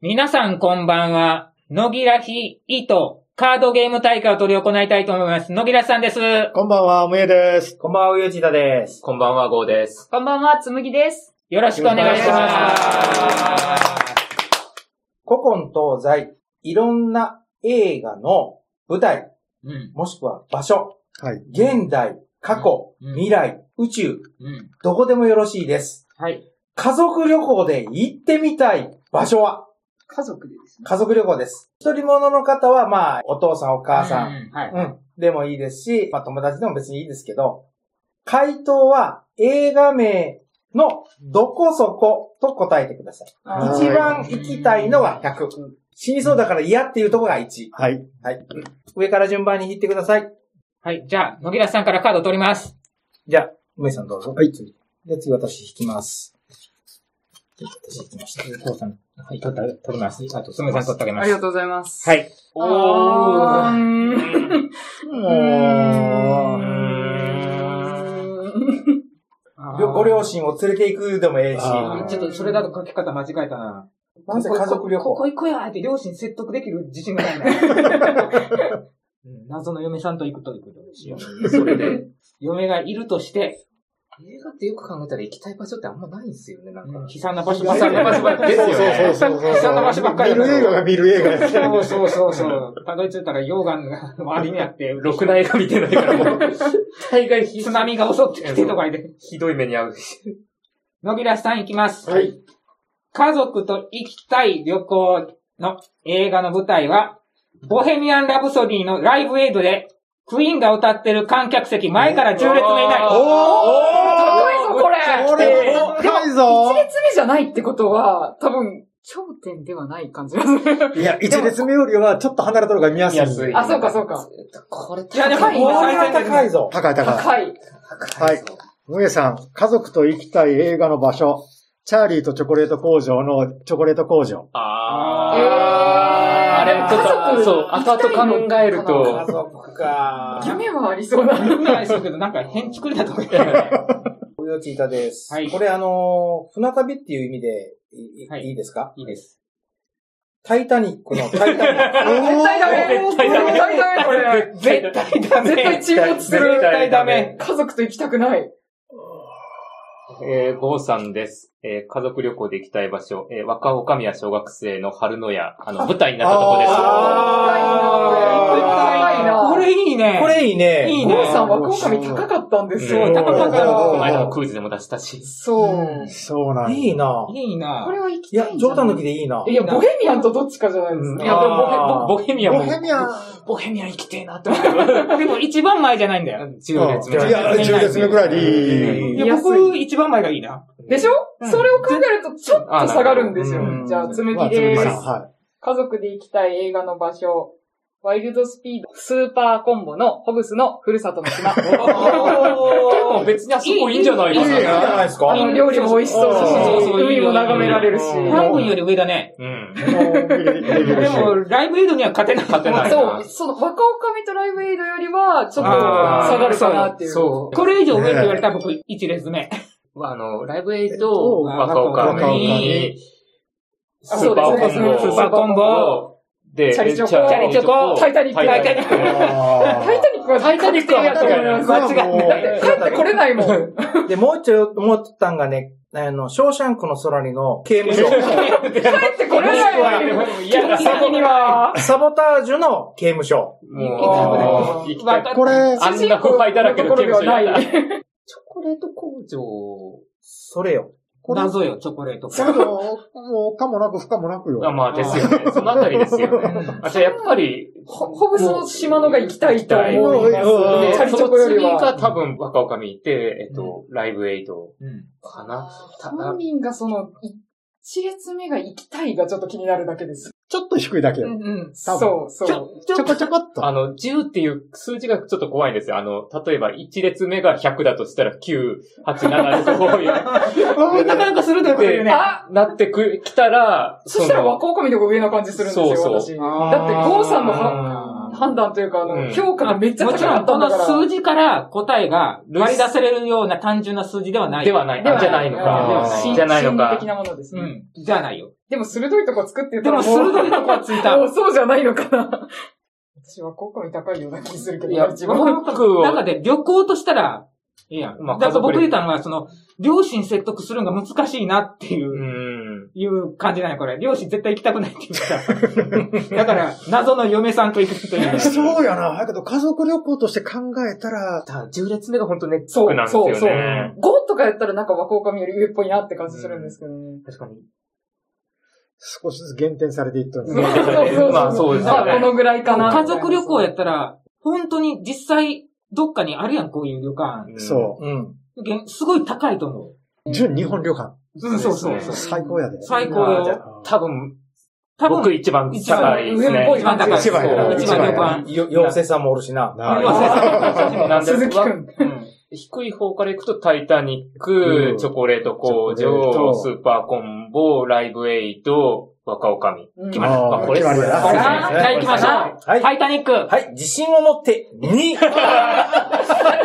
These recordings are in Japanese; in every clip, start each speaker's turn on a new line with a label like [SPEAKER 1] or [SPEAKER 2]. [SPEAKER 1] 皆さんこんばんは。野木らひいとカードゲーム大会を取り行いたいと思います。野木らさんです。
[SPEAKER 2] こんばんは、むえです。
[SPEAKER 3] こんばんは、ゆうじだです。
[SPEAKER 4] こんばんは、ゴーです。
[SPEAKER 5] こんばんは、つむぎです。
[SPEAKER 1] よろしくお願いしま
[SPEAKER 3] 古今東西、いろんな映画の舞台、
[SPEAKER 1] す。
[SPEAKER 3] もしくは場所、
[SPEAKER 2] はい。
[SPEAKER 3] 現代、過去、
[SPEAKER 1] うん
[SPEAKER 3] 未来、宇宙、
[SPEAKER 1] うん。
[SPEAKER 3] どこでもよろしいです。
[SPEAKER 1] はい。
[SPEAKER 3] 家族旅行で行ってみたい場所は
[SPEAKER 5] 家族でですね。
[SPEAKER 3] 家族旅行です。一人者の方は、まあ、お父さん、お母さん、
[SPEAKER 1] ん。
[SPEAKER 5] はい。
[SPEAKER 3] うん、でもいいですし、まあ、友達でも別にいいですけど、回答は映画名のどこそこと答えてください。
[SPEAKER 2] あー
[SPEAKER 3] 一番行きたいのが100。死にそうだから嫌っていうとこが1。
[SPEAKER 2] はい。
[SPEAKER 3] 上から順番に引いてください。
[SPEAKER 1] はい。じゃあ、野木らさんからカードを取ります。
[SPEAKER 3] じゃあ、梅さんどうぞ。
[SPEAKER 2] はい。
[SPEAKER 3] で、次私引きます。次私引きました。
[SPEAKER 1] 父さん、はい、取った、取ります。あと、すみさん取ってあげます。
[SPEAKER 5] とうございます
[SPEAKER 1] はい。
[SPEAKER 5] あー
[SPEAKER 1] おー。
[SPEAKER 5] う
[SPEAKER 3] ごご両親を連れて行くでもええし。
[SPEAKER 2] あー
[SPEAKER 5] ちょっとそれだと
[SPEAKER 3] と。
[SPEAKER 4] 書き方間違えたな。
[SPEAKER 3] なんせ家族旅
[SPEAKER 5] ここ
[SPEAKER 3] 行。
[SPEAKER 5] 行こうやって両親説得できる自信がない
[SPEAKER 1] う
[SPEAKER 5] な。
[SPEAKER 1] ん謎の嫁さんと行くということですよ。
[SPEAKER 4] それで、
[SPEAKER 1] 嫁がいるとして、
[SPEAKER 4] 映画ってよく考えたら行きたい場所ってあんまないんですよね、なんか。
[SPEAKER 1] 悲惨な場所
[SPEAKER 4] 悲惨な場所ばっかりですよね
[SPEAKER 2] そうそうそうそう。
[SPEAKER 1] そんな場所ばっかりだ
[SPEAKER 2] 見る映画が見る映画です。
[SPEAKER 1] そうそうそうそう。たどり着いたら溶岩が周りにあって、ろくな映画見てないからもう、大概津波が襲ってきてとかで。
[SPEAKER 4] ひどい目に遭うし。
[SPEAKER 1] 野木らさん行きます。
[SPEAKER 2] はい。
[SPEAKER 1] 家族と行きたい旅行の映画の舞台は、ボヘミアン・ラブソディのライブエイドで、クイーンが歌ってる観客席、前から10列目以内。
[SPEAKER 4] おー
[SPEAKER 5] かっこいいぞ、これ
[SPEAKER 2] これ、高いぞ
[SPEAKER 5] 一列目じゃないってことは、多分、頂点ではない感じがする。
[SPEAKER 2] いや、一列目よりはちょっと離れた方が見やすい。
[SPEAKER 4] 安い
[SPEAKER 5] あ、そうか、そうか。
[SPEAKER 4] これ
[SPEAKER 1] いやでも
[SPEAKER 3] これ
[SPEAKER 1] 今
[SPEAKER 3] は高いぞ。
[SPEAKER 2] 高い高い。
[SPEAKER 5] 高い。
[SPEAKER 2] 高い。むえさん、家族と行きたい映画の場所。チャーリーとチョコレート工場のチョコレート工場。
[SPEAKER 4] あ
[SPEAKER 5] え
[SPEAKER 4] ー。
[SPEAKER 5] ー
[SPEAKER 4] あれもちょっと、そう、後々考える
[SPEAKER 3] 家
[SPEAKER 4] と、
[SPEAKER 3] 族か。
[SPEAKER 5] 夢はありそうな。
[SPEAKER 1] みんなですけど、なんか変作りだとか言ってたよね。
[SPEAKER 3] およちいたです。
[SPEAKER 1] はい
[SPEAKER 3] これあのー船旅っていう意味でい、い
[SPEAKER 1] はい
[SPEAKER 3] い、いですか
[SPEAKER 1] いいです。
[SPEAKER 3] タイタニックのタイタニック。
[SPEAKER 5] 絶対ダ
[SPEAKER 1] 絶
[SPEAKER 5] メ。
[SPEAKER 1] 対ダメ
[SPEAKER 5] 絶対ダメ、これ。
[SPEAKER 1] 絶対ダメ。
[SPEAKER 5] 絶対沈没する。
[SPEAKER 1] 絶対ダメ。
[SPEAKER 5] 家族と行きたくない。
[SPEAKER 4] えー、ゴーさんです。えー、家族旅行で行きたい場所、えー、若女将や小学生の春の屋、あの、舞台になったとこです。
[SPEAKER 5] あー
[SPEAKER 1] これいいね。
[SPEAKER 3] これいいね。
[SPEAKER 1] いい
[SPEAKER 5] ゴ
[SPEAKER 1] ね
[SPEAKER 5] ーさんは今回高かったんですよ。
[SPEAKER 4] うん
[SPEAKER 1] 高かった
[SPEAKER 2] うん
[SPEAKER 4] こ
[SPEAKER 1] よ
[SPEAKER 4] の間のクイズでも出したし。
[SPEAKER 5] そう。
[SPEAKER 2] そうなんだ
[SPEAKER 3] いいない
[SPEAKER 1] いな。
[SPEAKER 5] これは行
[SPEAKER 3] い
[SPEAKER 5] きた
[SPEAKER 3] や
[SPEAKER 5] い、んじゃ
[SPEAKER 3] 冗
[SPEAKER 5] ない。。
[SPEAKER 3] 談抜きでいいない
[SPEAKER 5] や、ボヘミアンとどっちかじゃないです
[SPEAKER 4] い
[SPEAKER 5] か。
[SPEAKER 4] や、でも
[SPEAKER 3] あー
[SPEAKER 4] ボヘボボヘミアン
[SPEAKER 2] ボ
[SPEAKER 4] も
[SPEAKER 2] ヘミアン。
[SPEAKER 4] ボヘミアン行きてえなって思ったけど。
[SPEAKER 1] でも一番前じゃないんだよ。
[SPEAKER 4] 10列目。
[SPEAKER 2] いや、10列目ぐらいでいい。
[SPEAKER 1] い
[SPEAKER 3] い
[SPEAKER 1] や、
[SPEAKER 5] 安い
[SPEAKER 1] 僕一番前がいいな。
[SPEAKER 5] でしょ、
[SPEAKER 1] うん
[SPEAKER 5] それを考えるとちょっと下がるんですよ。
[SPEAKER 3] うん
[SPEAKER 5] じゃあ、つむ
[SPEAKER 2] まあ
[SPEAKER 5] ぎ
[SPEAKER 2] つむ
[SPEAKER 5] で
[SPEAKER 2] ぎ
[SPEAKER 5] す、
[SPEAKER 2] さん、は
[SPEAKER 5] 家族で行きたい映画の場所。ワイルドスピード、スーパーコンボのホブスのふるさとの島。
[SPEAKER 4] もう別にあそこいいんじゃない
[SPEAKER 2] い。い
[SPEAKER 4] か
[SPEAKER 2] い
[SPEAKER 4] な。
[SPEAKER 3] じゃない
[SPEAKER 2] な
[SPEAKER 3] ですか
[SPEAKER 5] あの、料理も美味しそうだし
[SPEAKER 3] そう
[SPEAKER 1] そうそう
[SPEAKER 5] 海も眺められるし。
[SPEAKER 3] うん
[SPEAKER 1] 半分より上だね。
[SPEAKER 4] うん。
[SPEAKER 1] でも、ライブエイドには勝てなかった
[SPEAKER 4] 勝てない
[SPEAKER 5] そう、その、若女将とライブエイドよりは、ちょっと下がるかなっていう。
[SPEAKER 4] そ
[SPEAKER 1] これ以上上って言われたら僕1列目。
[SPEAKER 4] う。あの、ライブエイト、若
[SPEAKER 2] 若
[SPEAKER 4] 岡
[SPEAKER 2] 女将
[SPEAKER 4] に
[SPEAKER 2] に、
[SPEAKER 4] スーパーコンボ、
[SPEAKER 1] スーパーコンボ、
[SPEAKER 4] で、
[SPEAKER 5] チャリチョコ
[SPEAKER 1] タ
[SPEAKER 5] イタニック
[SPEAKER 4] タイタニック。
[SPEAKER 5] タイタニックは大体
[SPEAKER 4] タイタニックは
[SPEAKER 5] やと思います。
[SPEAKER 2] 間違
[SPEAKER 5] だって帰ってこれないもん。
[SPEAKER 3] で、もう一度思ったんがね、あの、ショーシャンクの空にの刑務所。
[SPEAKER 5] 帰ってこれないもん。
[SPEAKER 1] い
[SPEAKER 5] 基本的には。
[SPEAKER 3] サボタージュの刑務所。
[SPEAKER 4] もう、行きたい。
[SPEAKER 2] これ、
[SPEAKER 4] あんな腐敗だらけの刑務所
[SPEAKER 5] 主人公のところではない
[SPEAKER 4] チョコレート工場。
[SPEAKER 3] それよ。
[SPEAKER 2] これ、
[SPEAKER 1] 謎よ、チョコレート。
[SPEAKER 2] もう、かもなく不可もなくよ。
[SPEAKER 4] あまあですよね。そのあたりですよね。あ、じゃあやっぱり、
[SPEAKER 5] ほホブスの島のが行きたいと思います
[SPEAKER 2] うん
[SPEAKER 4] で
[SPEAKER 2] う。ん
[SPEAKER 5] チャリチ
[SPEAKER 4] そ
[SPEAKER 5] ョコ
[SPEAKER 4] の
[SPEAKER 5] より
[SPEAKER 4] 次が
[SPEAKER 5] は。
[SPEAKER 4] 多分若女将いて、えっと、ライブエイトかな。た
[SPEAKER 5] 本人がその、一列目が行きたいがちょっと気になるだけです。
[SPEAKER 2] ちょっと低いだけ
[SPEAKER 5] う
[SPEAKER 2] よ。
[SPEAKER 5] んうん。
[SPEAKER 2] 多分
[SPEAKER 5] そうそ
[SPEAKER 4] ち
[SPEAKER 5] う。
[SPEAKER 4] ょ、ち
[SPEAKER 2] ちょこ
[SPEAKER 4] ょ、
[SPEAKER 2] ちょこっと。
[SPEAKER 4] あの、10っていう数字がちょっと怖いんですよ。あの、例えば1列目が100だとしたら9、8、7、6、5、
[SPEAKER 1] なかなかするということよね。
[SPEAKER 5] あ
[SPEAKER 4] 4なってく、きたら、
[SPEAKER 5] そしたら
[SPEAKER 4] の
[SPEAKER 5] 若女将の方が上な感じするんです
[SPEAKER 4] そう
[SPEAKER 5] よ、
[SPEAKER 4] そ
[SPEAKER 5] 私。
[SPEAKER 4] う
[SPEAKER 5] だって、ゴーさんのは、判断というか、あの、
[SPEAKER 4] うん
[SPEAKER 5] 評価がめっちゃ
[SPEAKER 1] も
[SPEAKER 5] 高
[SPEAKER 1] ち
[SPEAKER 5] か
[SPEAKER 1] ろ
[SPEAKER 5] っ
[SPEAKER 1] ん、
[SPEAKER 5] た
[SPEAKER 1] こ
[SPEAKER 5] んだ
[SPEAKER 1] の
[SPEAKER 5] から。
[SPEAKER 1] 数字から答えが割り出せれるような単純な数字ではない。
[SPEAKER 4] ではない。
[SPEAKER 5] では
[SPEAKER 4] あじゃないの
[SPEAKER 2] あ
[SPEAKER 4] か。
[SPEAKER 5] 心
[SPEAKER 4] じゃないの
[SPEAKER 5] 心理
[SPEAKER 4] か
[SPEAKER 5] 的。なものですね。
[SPEAKER 1] うん。じゃないよ。
[SPEAKER 5] でも鋭いとこ作って
[SPEAKER 1] で
[SPEAKER 5] たら
[SPEAKER 1] も、
[SPEAKER 5] もう
[SPEAKER 1] 鋭いとこはついた。
[SPEAKER 5] もうそうじゃないのかな。私は好み高いような気するけど、
[SPEAKER 1] いや、自
[SPEAKER 5] 自分
[SPEAKER 1] 分
[SPEAKER 5] は。
[SPEAKER 4] 僕
[SPEAKER 1] なんかで旅行としたら、いいやん。
[SPEAKER 4] まあ
[SPEAKER 1] だから僕言
[SPEAKER 4] 家族で
[SPEAKER 1] ったのは、その、両親説得するのが難しいなっていうう、
[SPEAKER 4] ん。
[SPEAKER 1] いう感じなんや、これ。両親絶対行きたくないって言った。 だから、謎の嫁さんと行くという。
[SPEAKER 2] そうやな。だけど家族旅行として考えたら、
[SPEAKER 4] ただ、10列目が本当ネッ
[SPEAKER 5] そ
[SPEAKER 4] クな
[SPEAKER 5] う、
[SPEAKER 4] んですよ
[SPEAKER 5] そ
[SPEAKER 4] ね。
[SPEAKER 5] う、そう。5とかやったらなんか若女将より上っぽいなって感じするんですけどね。
[SPEAKER 4] 確かに。
[SPEAKER 2] 少しずつ減点されていったん
[SPEAKER 5] そう
[SPEAKER 2] だ
[SPEAKER 5] そう
[SPEAKER 2] ね。
[SPEAKER 5] そうそう。
[SPEAKER 4] まあそうですよね
[SPEAKER 5] まあこのぐらいかな。
[SPEAKER 1] 家族旅行や
[SPEAKER 5] っ
[SPEAKER 1] ったら、 本当に実際、どっかにあるやん、こういう旅館。
[SPEAKER 4] うん
[SPEAKER 2] そ
[SPEAKER 3] うん。
[SPEAKER 1] げんすごい高いと思
[SPEAKER 2] う。純日本旅館。
[SPEAKER 1] う。うん、そうそうそう。
[SPEAKER 2] 最高やで。
[SPEAKER 1] 最高
[SPEAKER 4] あーじゃ
[SPEAKER 1] よ。
[SPEAKER 4] あ多分、
[SPEAKER 1] 多
[SPEAKER 4] 僕
[SPEAKER 1] 分、
[SPEAKER 4] 一番
[SPEAKER 1] 一番
[SPEAKER 4] 高いです
[SPEAKER 5] 上っ
[SPEAKER 4] ね
[SPEAKER 5] ぽ。い感じが
[SPEAKER 2] 一番
[SPEAKER 4] や
[SPEAKER 1] 一番旅館。
[SPEAKER 3] よ、妖精さんもおるしな。
[SPEAKER 2] な
[SPEAKER 1] 要は先生
[SPEAKER 4] なんで
[SPEAKER 5] 鈴木くん。
[SPEAKER 1] うん
[SPEAKER 4] 低い方から行くと、タイタニック、
[SPEAKER 2] うん
[SPEAKER 4] チョコレート工
[SPEAKER 2] チョコレー
[SPEAKER 4] 場、
[SPEAKER 2] ト
[SPEAKER 4] スーパーコンボ、ライブエイト、若女将。
[SPEAKER 5] うん
[SPEAKER 4] 決まり
[SPEAKER 2] あー
[SPEAKER 4] まあこれ
[SPEAKER 2] 決まりだな
[SPEAKER 4] これ
[SPEAKER 1] じゃあ行きましょう。
[SPEAKER 3] はい
[SPEAKER 1] タイタニック。
[SPEAKER 3] はい、自信を持って、2!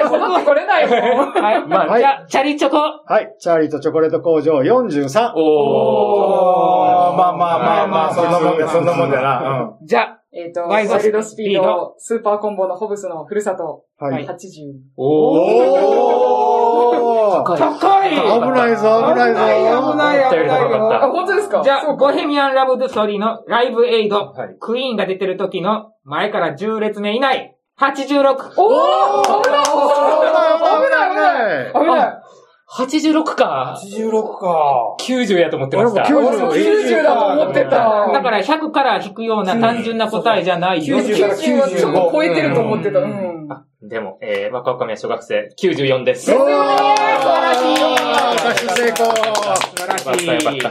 [SPEAKER 5] 戻ってこれないもん。
[SPEAKER 1] はい。
[SPEAKER 4] まあ
[SPEAKER 1] じゃあ、チャリチョコ。
[SPEAKER 2] はい。チャーリーとチョコレート工場43。
[SPEAKER 3] お
[SPEAKER 4] おー。
[SPEAKER 3] ー、まあまあまあまあ、そんなもんだよ、そんなもんだよな。
[SPEAKER 1] じゃあ、
[SPEAKER 5] えっと、
[SPEAKER 1] ワ
[SPEAKER 5] ワ
[SPEAKER 1] イ
[SPEAKER 5] イ
[SPEAKER 1] ドスピード
[SPEAKER 5] ルドスピード、スーパーコンボのホブスのふるさと、
[SPEAKER 2] はい。
[SPEAKER 5] 80。
[SPEAKER 4] おー。
[SPEAKER 2] おー
[SPEAKER 4] 高い
[SPEAKER 1] 高い
[SPEAKER 2] 危ないぞ、危な
[SPEAKER 1] 危ない危ない
[SPEAKER 2] いぞ。
[SPEAKER 1] 危ない
[SPEAKER 4] 思ったより高かっ
[SPEAKER 5] あ、
[SPEAKER 4] た
[SPEAKER 5] 本当ですか
[SPEAKER 1] じゃ
[SPEAKER 5] そ
[SPEAKER 1] あ、
[SPEAKER 5] うか
[SPEAKER 1] ボヘミアン・ラブ・ドゥ・ソリーのライブエイド、
[SPEAKER 4] はい
[SPEAKER 1] クイーンが出てる時の前から10列目以内、86。
[SPEAKER 5] おー危ない
[SPEAKER 2] 危ない危ない
[SPEAKER 5] 危な
[SPEAKER 4] 86か。
[SPEAKER 3] 86か。
[SPEAKER 4] 90やと思ってました。
[SPEAKER 2] 俺も
[SPEAKER 5] い俺も90だと思ってた。
[SPEAKER 1] だから100から引くような単純な答えじゃないよ。
[SPEAKER 3] 90から
[SPEAKER 5] 90はちょっと超えてると思ってた。う
[SPEAKER 3] うん
[SPEAKER 5] ん。
[SPEAKER 4] でも、えー、若女将は小学生、94です。
[SPEAKER 2] おー
[SPEAKER 1] 素
[SPEAKER 2] 脱出成功
[SPEAKER 1] 晴らし
[SPEAKER 4] よかった、よかっ
[SPEAKER 1] い。
[SPEAKER 4] た。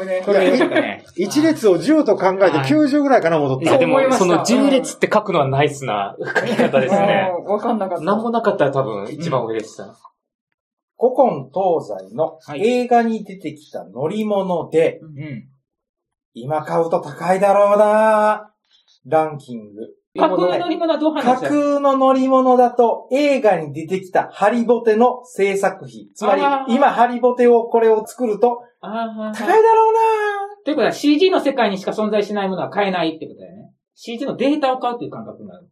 [SPEAKER 5] 危ね
[SPEAKER 1] これよかったね。
[SPEAKER 2] 一列を10と考えて90ぐらいかな、戻っ
[SPEAKER 4] い
[SPEAKER 2] た。
[SPEAKER 4] や、
[SPEAKER 5] そう
[SPEAKER 4] で
[SPEAKER 5] 思い
[SPEAKER 4] も、
[SPEAKER 5] ました
[SPEAKER 4] その10列って書くのはナイスな書き方ですね。
[SPEAKER 5] うんわかんなかった。
[SPEAKER 4] なんもなかったら多分一番上でした。
[SPEAKER 3] 古今東西の
[SPEAKER 1] はい
[SPEAKER 3] 映画に出てきた乗り物で、
[SPEAKER 1] うん。
[SPEAKER 3] 今買うと高いだろうなランキング。
[SPEAKER 1] 架空乗り物はどう
[SPEAKER 3] 架
[SPEAKER 1] 話した
[SPEAKER 3] 空の乗り物だと映画に出てきたハリボテの制作費。つまり
[SPEAKER 1] あ、ー
[SPEAKER 3] 今ハリボテをこれを作ると
[SPEAKER 1] あ
[SPEAKER 3] 高い
[SPEAKER 1] あ
[SPEAKER 3] だ。ろうな
[SPEAKER 1] ということは CG の世界にしか存在しないものは買えないってことだよね。CG のデータを買うっていう感覚になる。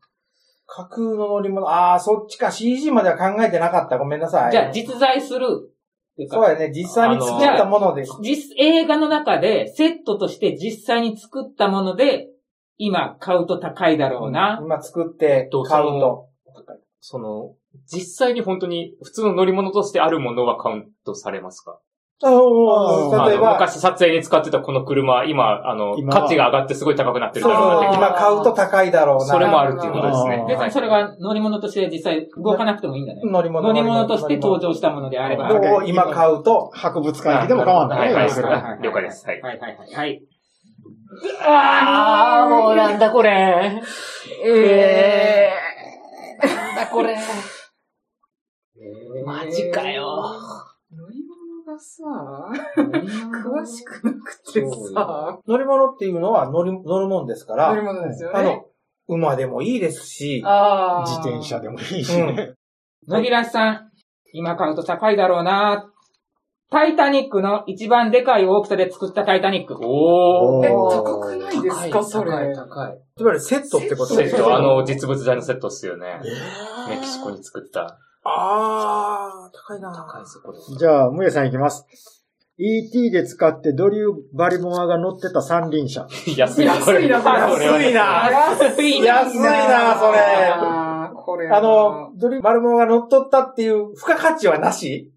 [SPEAKER 3] 架空の乗り物。ああ、そっちか。CG までは考えてなかった。ごめんなさい。
[SPEAKER 1] じゃあ実在するっていうか。
[SPEAKER 3] そうやね。実際に作ったものです。
[SPEAKER 1] 実、映画の中でセットとして実際に作ったもので、今買うと高いだろうな。
[SPEAKER 3] 今作って
[SPEAKER 4] どう
[SPEAKER 3] 買うと。
[SPEAKER 4] その、実際に本当に普通の乗り物としてあるものはカウントされますか
[SPEAKER 3] あ
[SPEAKER 2] そ
[SPEAKER 3] の
[SPEAKER 2] の
[SPEAKER 4] あ
[SPEAKER 3] 例え
[SPEAKER 4] の
[SPEAKER 3] ば、
[SPEAKER 4] 昔撮影に使ってたこの車、今、あの、
[SPEAKER 2] 今は
[SPEAKER 4] 価値が上がってすごい高くなって
[SPEAKER 3] そう
[SPEAKER 4] る
[SPEAKER 3] そ
[SPEAKER 4] だ
[SPEAKER 3] う
[SPEAKER 4] ろうなって
[SPEAKER 5] そうそう
[SPEAKER 3] 今買うと高いだろうな。
[SPEAKER 4] それもあるっていうことですね。
[SPEAKER 1] 別
[SPEAKER 4] は
[SPEAKER 1] に
[SPEAKER 4] い
[SPEAKER 1] それが乗り物として実際動かなくてもいいんだね。
[SPEAKER 3] 乗り物。
[SPEAKER 1] 乗り物として登場したものであれば。
[SPEAKER 2] どう
[SPEAKER 1] は
[SPEAKER 2] ぞ
[SPEAKER 3] を今買うと、
[SPEAKER 2] 博物館行きでも構わな
[SPEAKER 4] はい
[SPEAKER 2] い
[SPEAKER 4] は
[SPEAKER 2] ね。
[SPEAKER 4] い
[SPEAKER 2] 要するに
[SPEAKER 4] はい了解です。はい
[SPEAKER 1] い。はいはいはいはい。
[SPEAKER 5] あー、もうなんだこ
[SPEAKER 4] れ。
[SPEAKER 5] え
[SPEAKER 4] なんだこれ。
[SPEAKER 5] マ
[SPEAKER 4] ジかよ。
[SPEAKER 5] ー。乗り物がさ、詳しくなくてさ、
[SPEAKER 3] 乗り物っていうのは乗り、乗るもんですか
[SPEAKER 5] 乗り
[SPEAKER 3] ら、
[SPEAKER 5] 物ですよ
[SPEAKER 3] あ
[SPEAKER 5] ね。
[SPEAKER 3] の、馬でもいいですし、
[SPEAKER 5] あ
[SPEAKER 2] 自
[SPEAKER 5] ー
[SPEAKER 2] 転車でもいいし
[SPEAKER 3] うん
[SPEAKER 2] ね。
[SPEAKER 1] 野木らさん、今買うと高いだろうな。タイタニックの一番でかい大きさで作ったタイタニック。
[SPEAKER 4] お
[SPEAKER 5] え、
[SPEAKER 4] ー。
[SPEAKER 5] 高くないですかそれ。
[SPEAKER 4] 高い。
[SPEAKER 3] つまりセットってこと
[SPEAKER 4] セ
[SPEAKER 3] です
[SPEAKER 4] ット、あの、実物大のセットっすよね。メキシコに作った。
[SPEAKER 3] ああ、高いな
[SPEAKER 4] 高いぞ、これ。
[SPEAKER 2] じゃあ、むえさんいきます。ET で使ってドリュー・バリモアが乗ってた三輪車。
[SPEAKER 4] 安いな、これ。
[SPEAKER 5] 安いなこれ
[SPEAKER 4] こ
[SPEAKER 3] 安い
[SPEAKER 4] れは
[SPEAKER 3] な
[SPEAKER 1] 安いな
[SPEAKER 3] 安いなそれ。
[SPEAKER 5] あーこれ。
[SPEAKER 3] あの、、ドリバルモンが乗っ取ったっていう付加価値はなし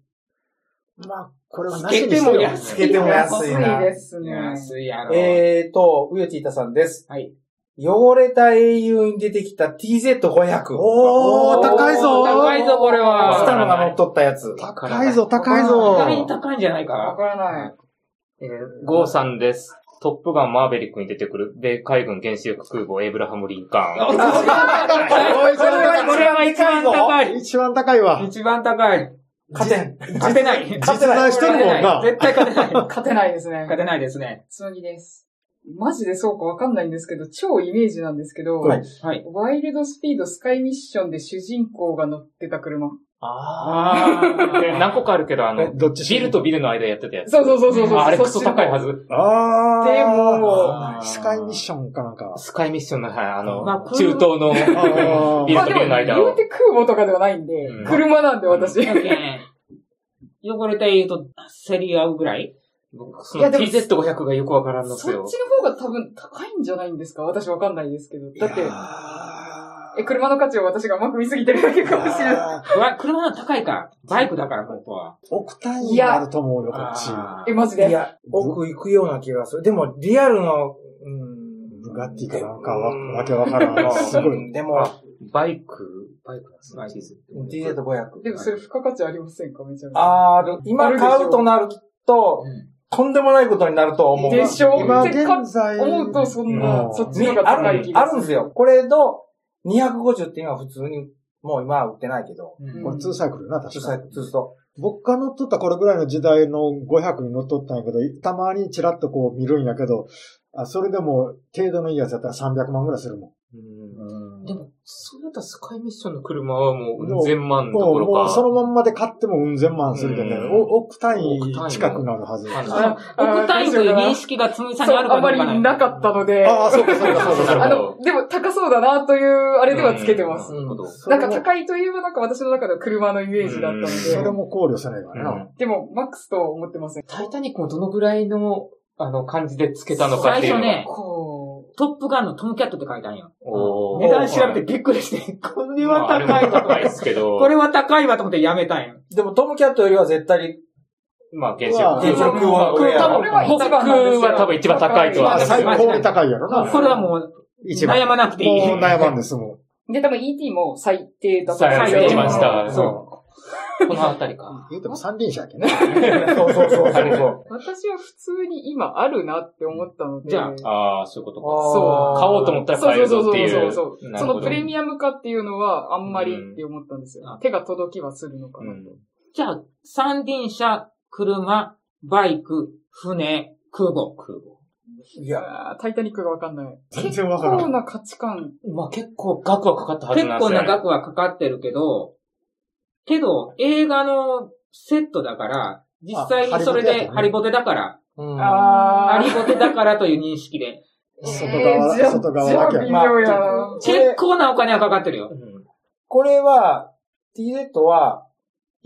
[SPEAKER 2] まあ、これは
[SPEAKER 1] つけても安い。
[SPEAKER 3] つけても安いな
[SPEAKER 5] ですね。
[SPEAKER 1] 安いやろ。
[SPEAKER 3] えーと、ウヨティータさんです。
[SPEAKER 1] はい。
[SPEAKER 3] 汚れた英雄に出てきた TZ500。
[SPEAKER 2] おー高いぞ
[SPEAKER 1] 高いぞ、これ
[SPEAKER 3] スタ
[SPEAKER 1] は。
[SPEAKER 3] ノが乗っ取ったやつ。
[SPEAKER 2] 高いぞ、高い
[SPEAKER 1] 高い、
[SPEAKER 2] ぞ。
[SPEAKER 1] 高いんじゃない
[SPEAKER 5] わ
[SPEAKER 1] か
[SPEAKER 5] からない。
[SPEAKER 4] えー、ゴーさんです。トップガンマーベリックに出てくる、米海軍原子力空母エイブラハム・リンカ
[SPEAKER 1] な。
[SPEAKER 2] おいそれは
[SPEAKER 1] これは一番高い。
[SPEAKER 2] 一番高いわ。
[SPEAKER 1] 一番高い。
[SPEAKER 3] 勝てん。
[SPEAKER 1] 勝てない。
[SPEAKER 2] 実在してるもんな。
[SPEAKER 1] 絶対勝てない。
[SPEAKER 5] 勝てないですね。
[SPEAKER 1] 勝てないですね。
[SPEAKER 5] つむぎです。マジでそうかわかんないんですけど、超イメージなんですけど、
[SPEAKER 3] はい
[SPEAKER 1] はい。
[SPEAKER 5] ワイルドスピードスカイミッションで主人公が乗ってた車。
[SPEAKER 4] あ
[SPEAKER 1] あ
[SPEAKER 4] あ。で何
[SPEAKER 1] ー。
[SPEAKER 4] 個かあるけど、あ
[SPEAKER 2] え
[SPEAKER 4] の、
[SPEAKER 2] どっち
[SPEAKER 4] ビルとビルの間でやってたやつ。
[SPEAKER 5] そうそうそうそうそう。
[SPEAKER 4] あれク
[SPEAKER 5] そ
[SPEAKER 4] ソ
[SPEAKER 5] っちの方
[SPEAKER 4] 高いはず。
[SPEAKER 2] ああ。
[SPEAKER 5] でも
[SPEAKER 4] あー
[SPEAKER 2] スカイミッションかなんか。
[SPEAKER 4] スカイミッションの、はい、あの、
[SPEAKER 1] まあ
[SPEAKER 4] 中東の、
[SPEAKER 2] ー
[SPEAKER 4] ビル
[SPEAKER 5] まあ
[SPEAKER 4] と
[SPEAKER 5] で
[SPEAKER 4] ビ
[SPEAKER 5] も、
[SPEAKER 4] ルの間
[SPEAKER 5] 言
[SPEAKER 4] を
[SPEAKER 5] う。て空母とかではないんで、
[SPEAKER 4] うん
[SPEAKER 5] 車なんで私。
[SPEAKER 1] なんかね汚れた言うと、競り合うぐらい
[SPEAKER 4] 僕そ
[SPEAKER 5] い
[SPEAKER 4] の
[SPEAKER 5] やでも
[SPEAKER 4] TZ500 がよくわからんのです
[SPEAKER 5] そっ
[SPEAKER 4] よ。
[SPEAKER 5] ちの方が多分高いんじゃないんですか私わかんないですけど。だって
[SPEAKER 2] い、やー
[SPEAKER 5] え、車の価値を私が甘く見すぎてるだけかもしれない。
[SPEAKER 2] あー
[SPEAKER 1] うわ、車の高いか。バイクだから、ここは。
[SPEAKER 2] 億単位があると思うよ、こっち。
[SPEAKER 4] あー
[SPEAKER 5] え、マジ
[SPEAKER 3] い
[SPEAKER 5] で。
[SPEAKER 3] や、奥行くような気がする。でも、リアルの、うん。
[SPEAKER 2] ブガッティかなんかわわけわからん。すご
[SPEAKER 3] う
[SPEAKER 2] い。
[SPEAKER 3] んでも、
[SPEAKER 4] バイクバイクなんですね、チーズ。
[SPEAKER 3] TZ500。
[SPEAKER 5] でもそれ付加価値ありませんかめちゃめちゃ。
[SPEAKER 3] あー今買うとなると、とんでもないことになると思う。
[SPEAKER 5] でしょ
[SPEAKER 2] 今
[SPEAKER 5] ってか
[SPEAKER 2] 現在。
[SPEAKER 5] 思うとそんな
[SPEAKER 2] う、ん
[SPEAKER 5] そっち
[SPEAKER 3] ね
[SPEAKER 5] の方が
[SPEAKER 3] あ
[SPEAKER 5] 高い
[SPEAKER 3] る
[SPEAKER 5] 気、が
[SPEAKER 3] あ
[SPEAKER 5] する。
[SPEAKER 3] るんですよ。。これの250っていうのは普通に、もう今は売ってないけど、
[SPEAKER 1] うん
[SPEAKER 2] これツーサイクルよな、
[SPEAKER 3] 普
[SPEAKER 2] 確
[SPEAKER 3] 通さ
[SPEAKER 2] か
[SPEAKER 3] 普通と。
[SPEAKER 2] 僕が乗っとったこれぐらいの時代の500に乗っとったんやけど、たまにチラッとこう見るんやけど、あそれでも程度のいいやつやったら300万ぐらいするもん。
[SPEAKER 4] うんでも、そうやったらスカイミッションの車はもう、
[SPEAKER 2] もう
[SPEAKER 4] 千万ど
[SPEAKER 2] も
[SPEAKER 4] こ
[SPEAKER 2] う
[SPEAKER 4] ろ
[SPEAKER 2] もうそ
[SPEAKER 4] か。
[SPEAKER 2] のまんまで買ってもうん千万するけどね、
[SPEAKER 4] うん
[SPEAKER 2] お億単位近くなるはず。
[SPEAKER 4] 億単位
[SPEAKER 2] あ
[SPEAKER 4] あ
[SPEAKER 1] あの、億単位という認識がつむさん
[SPEAKER 5] そ
[SPEAKER 1] に
[SPEAKER 5] う、
[SPEAKER 1] あるか
[SPEAKER 5] あ
[SPEAKER 1] ど
[SPEAKER 5] ん
[SPEAKER 1] うか
[SPEAKER 5] ま
[SPEAKER 1] な
[SPEAKER 5] り
[SPEAKER 1] い。
[SPEAKER 5] なかったので、
[SPEAKER 2] あ、そうかそうかそうかそう
[SPEAKER 4] な
[SPEAKER 5] あ
[SPEAKER 2] か。
[SPEAKER 4] るほど
[SPEAKER 5] の、でも高そうだなという、あれではつけてます。
[SPEAKER 4] うんなるほど
[SPEAKER 5] なんか高いといえばなんか私の中では車のイメージだったの
[SPEAKER 4] うん
[SPEAKER 2] それ
[SPEAKER 5] で、
[SPEAKER 2] も考慮せないからな。
[SPEAKER 5] でもマックスとは思ってません。
[SPEAKER 4] タイタニックもどのぐらいの、あの、感じでつけたのかっていうのが。
[SPEAKER 1] 最初ね
[SPEAKER 5] こ
[SPEAKER 1] トップガンのトムキャットって書いてあるんよ。
[SPEAKER 4] おー
[SPEAKER 1] 値段調べてびっくりして、これ
[SPEAKER 4] ま
[SPEAKER 1] は
[SPEAKER 4] ああれ
[SPEAKER 1] 高い
[SPEAKER 4] も
[SPEAKER 1] と思
[SPEAKER 4] 高いで
[SPEAKER 1] って。
[SPEAKER 4] すけど。
[SPEAKER 1] これは高いわと思ってやめたんよ。
[SPEAKER 3] でもトムキャットよりは絶 対に、
[SPEAKER 4] まあ、原
[SPEAKER 2] うわ
[SPEAKER 4] 色。
[SPEAKER 3] 原色は
[SPEAKER 4] これ
[SPEAKER 5] う、
[SPEAKER 3] 多
[SPEAKER 5] 多
[SPEAKER 3] 分
[SPEAKER 5] 分は一番なんですよ。
[SPEAKER 4] 僕は多分一番高いとは
[SPEAKER 2] あ最高に高いやろな。
[SPEAKER 1] これはもう、
[SPEAKER 2] 一番。
[SPEAKER 1] 悩
[SPEAKER 2] も
[SPEAKER 1] まなくていい。
[SPEAKER 2] う悩まんですも
[SPEAKER 5] で、多分 ET も最低だと
[SPEAKER 4] 最
[SPEAKER 1] 低
[SPEAKER 4] 一番下
[SPEAKER 2] ん。
[SPEAKER 4] そこのあたり
[SPEAKER 2] う
[SPEAKER 4] か。
[SPEAKER 2] ん。言うても三輪車やけんね。
[SPEAKER 3] そうそうそうそう。
[SPEAKER 5] 私は普通に今あるなって思ったので。
[SPEAKER 1] じゃあ
[SPEAKER 4] ああ、そういうことか。
[SPEAKER 5] そ
[SPEAKER 4] 買おうと思ったら買えるぞっていう。
[SPEAKER 5] そうそうそうそうそう。
[SPEAKER 4] な
[SPEAKER 5] そ
[SPEAKER 4] るほ
[SPEAKER 5] の
[SPEAKER 4] ど
[SPEAKER 5] プレミアム化っていうのはあんまりって思ったんですよ。
[SPEAKER 1] うん
[SPEAKER 5] 手が届きはするのかな。
[SPEAKER 4] うん
[SPEAKER 1] じゃあ、三輪車、車、バイク、船、空母。空母。
[SPEAKER 3] いや、
[SPEAKER 5] あータイタニックがわかんない。
[SPEAKER 2] 全然わからん
[SPEAKER 5] 結構な価値観。
[SPEAKER 4] まあ結構額はかかったはず
[SPEAKER 1] 結
[SPEAKER 4] なんです
[SPEAKER 1] 構
[SPEAKER 4] よ、ね。
[SPEAKER 1] な額はかかってるけど、けど、映画のセットだから、実際にそれで
[SPEAKER 2] あ
[SPEAKER 1] ハリボテだから、
[SPEAKER 3] うん
[SPEAKER 1] ハ
[SPEAKER 5] あ
[SPEAKER 1] リボテだからという認識で。
[SPEAKER 2] 外側、
[SPEAKER 5] えーじゃあ
[SPEAKER 2] 外側
[SPEAKER 5] じゃあ
[SPEAKER 2] だけや
[SPEAKER 5] 微
[SPEAKER 2] な。
[SPEAKER 5] 妙や
[SPEAKER 3] ま
[SPEAKER 5] な
[SPEAKER 3] あ。
[SPEAKER 1] 結構なお金はかかってるよ。
[SPEAKER 4] うん
[SPEAKER 3] これは、TZ は、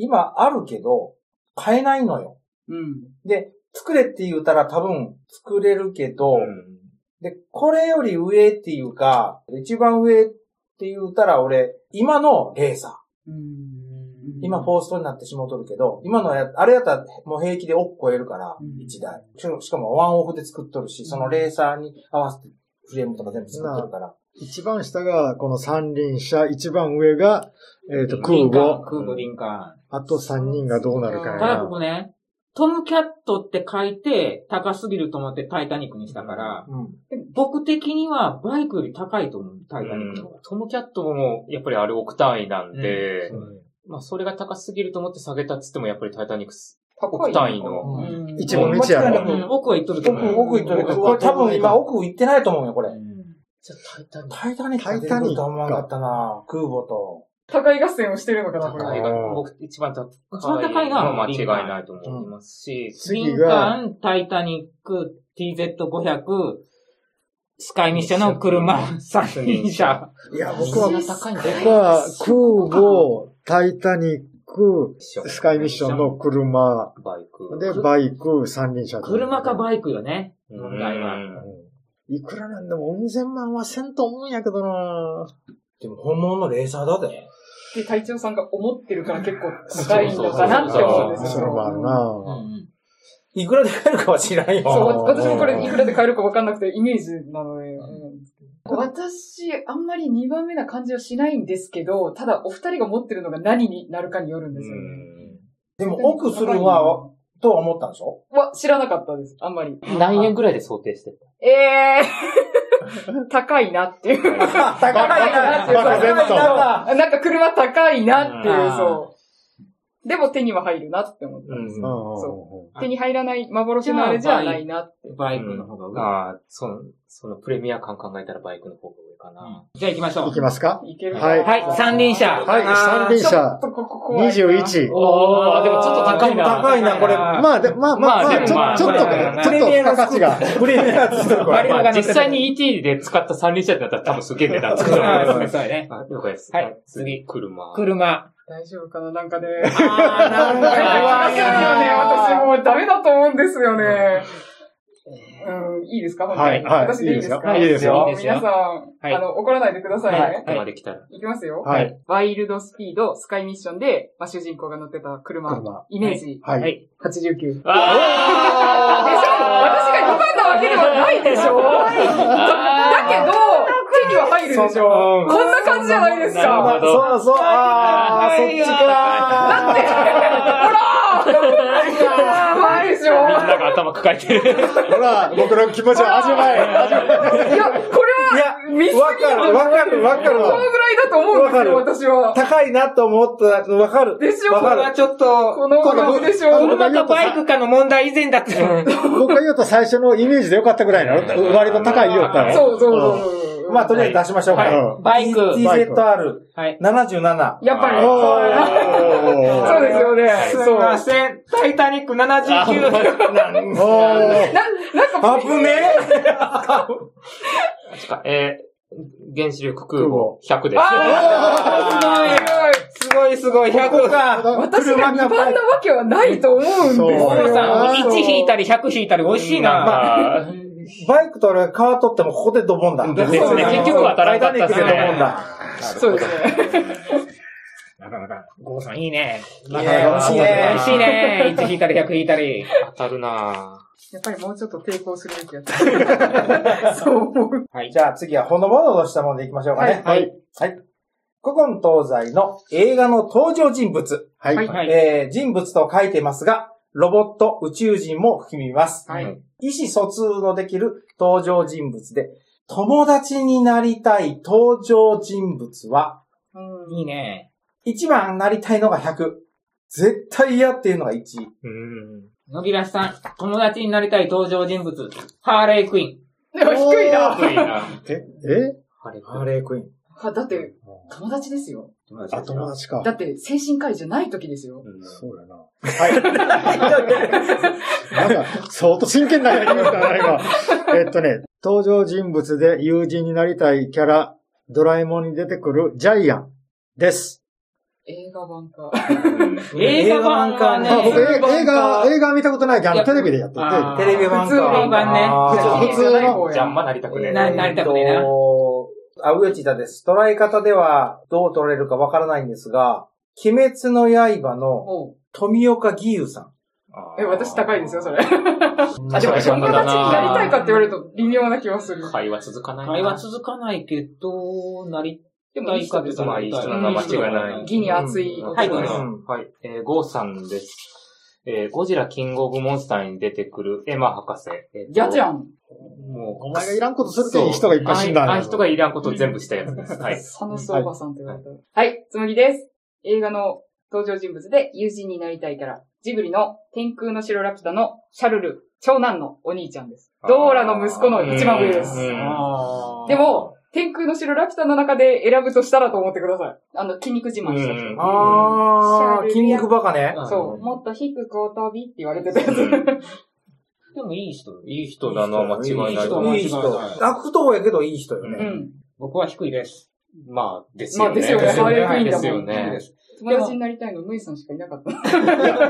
[SPEAKER 3] 今あるけど、買えないのよ。
[SPEAKER 5] うん。
[SPEAKER 3] で、作れって言うたら多分作れるけど、
[SPEAKER 4] うん
[SPEAKER 3] で、これより上っていうか、一番上って言うたら俺、今のレーサー。今フォーストになってしもうとるけど、今のや、あれやったらもう平気で億超えるから
[SPEAKER 5] う、ん
[SPEAKER 3] 一台。しかしかもワンオフで作っとるし、そのレーサーに合わせてフレームとか全部作っとるから。
[SPEAKER 2] 一番下がこの三輪車、一番上が、えっ、と、空
[SPEAKER 1] リンカーン
[SPEAKER 2] 母。
[SPEAKER 1] 空母、リンカ
[SPEAKER 2] あと三人がどうなるか
[SPEAKER 1] ー
[SPEAKER 2] や
[SPEAKER 1] ン。
[SPEAKER 5] ん
[SPEAKER 1] ただ
[SPEAKER 2] な
[SPEAKER 1] こ。こね、トムキャットって書いて、高すぎると思ってタイタニックにしたから、
[SPEAKER 3] うん。
[SPEAKER 1] 僕的にはバイクより高いと思う、タイタニックの方が。
[SPEAKER 4] トムキャットも、やっぱりあれ億単位なんで、
[SPEAKER 2] うん
[SPEAKER 4] まあそれが高すぎると思って下げたっつっても、やっぱりタイタニックス、
[SPEAKER 5] 高
[SPEAKER 4] 億
[SPEAKER 5] いのか
[SPEAKER 4] 単位の。
[SPEAKER 3] うん
[SPEAKER 1] うん
[SPEAKER 2] 一番道やろ
[SPEAKER 3] 間違いな
[SPEAKER 1] う
[SPEAKER 3] く
[SPEAKER 1] ん奥は行っとるけど。
[SPEAKER 3] 奥、奥行っとるけど、これ多分今奥行ってないと思うよ、これ。
[SPEAKER 4] じゃあタイタニック
[SPEAKER 3] タイタニックが出てくるとは思わなかったな空母と。
[SPEAKER 5] 高い合戦をしてるのかな、こ
[SPEAKER 4] 高い
[SPEAKER 5] れ。
[SPEAKER 4] が、僕一番高い。
[SPEAKER 1] 一番高いのは
[SPEAKER 4] まあ間違いないと思いますし、
[SPEAKER 1] リ
[SPEAKER 2] 次
[SPEAKER 1] ンカ
[SPEAKER 2] が、
[SPEAKER 1] ーン、タイタニック、TZ500、スカイミッションの車、三輪車。
[SPEAKER 2] いや、
[SPEAKER 4] 僕
[SPEAKER 2] 僕は、
[SPEAKER 4] は高いんだ
[SPEAKER 2] 僕は空母、タイタニック、スカイミッションの車、
[SPEAKER 4] バイク。
[SPEAKER 2] で、バイク、三輪車。
[SPEAKER 1] 車か
[SPEAKER 2] イ
[SPEAKER 1] バイクよね。
[SPEAKER 4] うん
[SPEAKER 1] 問題は。
[SPEAKER 2] いくらなんでも、うん千万はせんと思うんやけどな
[SPEAKER 3] でも本物のレーサーだぜ。
[SPEAKER 5] で、隊長さんが思ってるから結構高いのかなって思うんです
[SPEAKER 2] それ
[SPEAKER 5] よ。
[SPEAKER 2] もあるな、
[SPEAKER 3] いくらで買えるかは知らん
[SPEAKER 5] そう、
[SPEAKER 3] よ。
[SPEAKER 5] わ私もこれいくらで買えるか分かんなくてイメージなので。私、あんまり2番目な感じはしないんですけど、ただお二人が持ってるのが何になるかによるんですよね。
[SPEAKER 3] でも奥するのは、とは思ったんでし ょ
[SPEAKER 5] は知らなかったです、あんまり。
[SPEAKER 4] 何円ぐらいで想定して
[SPEAKER 5] ええー、 高いなっていう。
[SPEAKER 4] た
[SPEAKER 3] 高いな
[SPEAKER 5] 高いなっていう。
[SPEAKER 2] バカ
[SPEAKER 5] そう
[SPEAKER 2] バカ
[SPEAKER 5] なんか車高いなっていう、
[SPEAKER 4] うん
[SPEAKER 5] そでも手には入るなって思ったんです。
[SPEAKER 4] うん
[SPEAKER 2] そ
[SPEAKER 5] 手に入らない幻のあれじゃないなって。
[SPEAKER 1] バイクの方が上。
[SPEAKER 4] ああ、その、そのプレミア感考えたらバイクの方が上かな。
[SPEAKER 1] じゃあ行きましょ
[SPEAKER 2] う。いうき。ますか
[SPEAKER 5] いける
[SPEAKER 2] はい
[SPEAKER 1] はい、三輪車。
[SPEAKER 2] はい、三輪
[SPEAKER 5] ちょ
[SPEAKER 2] 車
[SPEAKER 5] っ、とここ怖いな。
[SPEAKER 2] 21。
[SPEAKER 4] おー、でもちょっと高いな。
[SPEAKER 3] 高いなこれ
[SPEAKER 2] まあ、で、まあまあ、
[SPEAKER 4] まあ
[SPEAKER 2] ま
[SPEAKER 4] で
[SPEAKER 2] あ、
[SPEAKER 4] も
[SPEAKER 2] ちょ
[SPEAKER 4] まあ
[SPEAKER 2] ちょっと、ちょ
[SPEAKER 1] まあまあ
[SPEAKER 2] っと付加価値が。
[SPEAKER 3] プレミアつとこ
[SPEAKER 1] バリ
[SPEAKER 3] れ。
[SPEAKER 1] バ
[SPEAKER 4] ま
[SPEAKER 1] リ
[SPEAKER 4] あ、実際に ET で使った三輪車ってなったら多分すげえ値段つくと思い
[SPEAKER 1] あ
[SPEAKER 4] ま
[SPEAKER 1] ー
[SPEAKER 4] す
[SPEAKER 1] そうです。そうで
[SPEAKER 4] ね
[SPEAKER 1] すね。
[SPEAKER 4] あ了解です。
[SPEAKER 1] はい、
[SPEAKER 4] 次、車。
[SPEAKER 1] 車。
[SPEAKER 5] 大丈夫かななんかね。
[SPEAKER 1] あー、なん
[SPEAKER 5] なんか
[SPEAKER 1] か
[SPEAKER 5] 怖いですよ ね。私もうダメだと思うんですよね。うん、いいですか本当に
[SPEAKER 2] はいはい
[SPEAKER 5] 私でいいですか
[SPEAKER 2] いいですよ
[SPEAKER 1] はいいいですよ
[SPEAKER 5] 皆さん、
[SPEAKER 1] はい
[SPEAKER 5] あの、怒らないでくださいね。
[SPEAKER 1] はい
[SPEAKER 4] ここまで来たら。
[SPEAKER 5] いきますよ。
[SPEAKER 2] はい。
[SPEAKER 5] ワイルドスピード、スカイミッションで、まあ、主人公が乗ってた車、
[SPEAKER 2] 車
[SPEAKER 5] イメージ、
[SPEAKER 2] は。
[SPEAKER 1] はいい。
[SPEAKER 5] 89。
[SPEAKER 4] あ
[SPEAKER 5] でしょ私が2番なわけではないでしょだけど、手には入るでしょこんな感じじゃないです
[SPEAKER 4] なるほ
[SPEAKER 5] か
[SPEAKER 4] ど
[SPEAKER 2] そうそう、ああ、そっちか
[SPEAKER 5] だって、ほらーないでしょ
[SPEAKER 4] みんなが頭抱えてる。
[SPEAKER 2] ー。ほら、僕の気持ちを味わえ、味わえ。
[SPEAKER 5] いや、こ
[SPEAKER 3] い
[SPEAKER 5] れは、
[SPEAKER 3] や、
[SPEAKER 5] ミス
[SPEAKER 3] わかる、わかる、わかる
[SPEAKER 5] この
[SPEAKER 3] わ。
[SPEAKER 5] ぐらいだと思うんですよ、
[SPEAKER 3] わか
[SPEAKER 5] 私は。
[SPEAKER 3] 高いなと思ったのわかる。
[SPEAKER 5] でしょ
[SPEAKER 3] わ
[SPEAKER 1] こ
[SPEAKER 3] か
[SPEAKER 1] れ
[SPEAKER 3] る。
[SPEAKER 1] はちょっと、
[SPEAKER 5] このぐらいでしょ
[SPEAKER 2] 今度
[SPEAKER 1] 車かバイクかの問題以前だった。
[SPEAKER 2] 僕が言うと最初のイメージでよかったぐらいなの割と高いよったの。
[SPEAKER 5] そうそうそうそう。
[SPEAKER 3] まあ、とりあえず出しましょうか。
[SPEAKER 2] はい
[SPEAKER 3] うん
[SPEAKER 1] バイク
[SPEAKER 3] TZR77。
[SPEAKER 1] はい。
[SPEAKER 5] やっぱり、
[SPEAKER 4] お
[SPEAKER 2] ー
[SPEAKER 5] そうですよね。
[SPEAKER 1] す
[SPEAKER 5] そ。
[SPEAKER 1] いうません。タイタニック79。
[SPEAKER 2] おー
[SPEAKER 5] なん、なんか、
[SPEAKER 3] あぶねえ
[SPEAKER 4] えー、原子力空母100です。
[SPEAKER 5] あー
[SPEAKER 1] すごいすごい、100が。
[SPEAKER 5] すごい私が2番なわけはないと思うんですよ。
[SPEAKER 2] そう
[SPEAKER 1] お父さん、1引いた
[SPEAKER 5] り。
[SPEAKER 1] り100引いたり美味しい
[SPEAKER 4] ま
[SPEAKER 1] な。
[SPEAKER 4] あ、
[SPEAKER 3] バイクと俺がカー取ってもここでドボンだ。
[SPEAKER 4] です
[SPEAKER 1] ね
[SPEAKER 4] 結局は当たらなかったっ
[SPEAKER 3] ですす
[SPEAKER 4] ね
[SPEAKER 3] ね。ドボンだ。
[SPEAKER 5] そうですね。
[SPEAKER 1] なかなか、ゴーさんいいね。
[SPEAKER 3] なかなか美味しいね
[SPEAKER 1] 美味しいね。1引いたり100引いたり。
[SPEAKER 4] 当たるな
[SPEAKER 5] やっぱりもうちょっと抵抗するべきやった。そう思う。
[SPEAKER 1] はい。
[SPEAKER 3] じゃあ次はほのぼのとしたものでいきましょうかね。
[SPEAKER 2] はい。
[SPEAKER 3] はい。古今東西の映画の登場人物。
[SPEAKER 2] はい。
[SPEAKER 5] は
[SPEAKER 2] はいい。
[SPEAKER 1] はい。
[SPEAKER 3] えー人物と書いてますが、ロボット、宇宙人も含みます。
[SPEAKER 5] はい。
[SPEAKER 3] 意思疎通のできる登場人物で、友達になりたい登場人物は、
[SPEAKER 1] いいね。
[SPEAKER 3] 1番なりたいのが100。絶対嫌っていうのが1。
[SPEAKER 4] うん。
[SPEAKER 1] 野木らしさん、友達になりたい登場人物、ハーレークイ
[SPEAKER 5] でも低いな。
[SPEAKER 4] 低いな
[SPEAKER 2] え、え
[SPEAKER 4] あれ、
[SPEAKER 3] ハーレークイーン。
[SPEAKER 5] あだって、友達ですよ。
[SPEAKER 2] あ、友達か
[SPEAKER 5] だ。って、精神科医じゃない時ですよ。
[SPEAKER 2] そうやな。はい。なんか、相当真剣なやり方だな、今。えっとね、登場人物で友人になりたいキャラ、ドラえもんに出てくるジャイアンです。
[SPEAKER 5] 映画版か。
[SPEAKER 4] うん
[SPEAKER 1] ン。映画版かね。
[SPEAKER 2] まあ僕、
[SPEAKER 3] 映画
[SPEAKER 2] え映画、映画見たことないけど、あ
[SPEAKER 1] いや
[SPEAKER 2] の、テレビでやってて。
[SPEAKER 1] あー
[SPEAKER 3] テレビ版か。
[SPEAKER 5] 普通の
[SPEAKER 1] 版ね
[SPEAKER 3] あー
[SPEAKER 2] 普通の
[SPEAKER 4] じゃあ、んまなりた くねえ
[SPEAKER 1] ななりたくねえな
[SPEAKER 3] えっとあ、上地田です。捉え方ではどう取れるかわからないんですが、鬼滅の刃の
[SPEAKER 5] おう
[SPEAKER 3] 富岡義勇さん。
[SPEAKER 5] え、私高いですよ、それ。
[SPEAKER 4] あ、でも、
[SPEAKER 5] 友達になりたいかって言われると微妙な気はする。
[SPEAKER 4] 会話続かないな。
[SPEAKER 1] 会話続かないけど、なり
[SPEAKER 5] でも
[SPEAKER 1] た
[SPEAKER 5] いい
[SPEAKER 1] い
[SPEAKER 5] 人
[SPEAKER 1] か
[SPEAKER 5] で
[SPEAKER 1] ですす
[SPEAKER 4] まあいい人なのは間違いない
[SPEAKER 5] 義に熱い
[SPEAKER 4] うん
[SPEAKER 5] 男。
[SPEAKER 1] はいどうぞ
[SPEAKER 4] うんはい。えー、ゴーさんです。えー、ゴジラキングオブモンスターに出てくるエマ博士。えーと
[SPEAKER 5] やじゃん。
[SPEAKER 4] もう、
[SPEAKER 2] お前がいらんことするけど、人がいっぱい死んだんや
[SPEAKER 4] ああ人がいらんこと全部したやつです。はい。
[SPEAKER 5] 佐野相馬さんって言われた。はい、つむぎです。映画の登場人物で友人になりたいキャラ。ジブリの天空の城ラピュタのシャルル、長男のお兄ちゃんです。ドーラの息子の一番上です。
[SPEAKER 4] うん
[SPEAKER 1] あー
[SPEAKER 5] でも、天空の城ラピュタの中で選ぶとしたらと思ってください。あの、筋肉自慢した人。
[SPEAKER 4] うん
[SPEAKER 3] あ
[SPEAKER 5] う
[SPEAKER 3] ー、
[SPEAKER 5] ん
[SPEAKER 3] 筋肉バカね。
[SPEAKER 5] そう、もっと低くお飛びって言われてたや
[SPEAKER 4] う
[SPEAKER 5] つ。
[SPEAKER 4] ん
[SPEAKER 1] でもいい人。
[SPEAKER 4] いい人だな、間違いないい。
[SPEAKER 1] 人
[SPEAKER 3] いい人。悪党やけどいい人よ
[SPEAKER 5] う
[SPEAKER 4] うん
[SPEAKER 3] ね。
[SPEAKER 5] ん。
[SPEAKER 1] 僕は低いです。
[SPEAKER 4] まあ、ですよ
[SPEAKER 5] ま
[SPEAKER 4] ね。
[SPEAKER 5] あですよねハーレークイーンだもん
[SPEAKER 4] ですよ
[SPEAKER 1] 低いで
[SPEAKER 4] ね。
[SPEAKER 1] す
[SPEAKER 5] 友達になりたいの、ムイさんしかいなかった。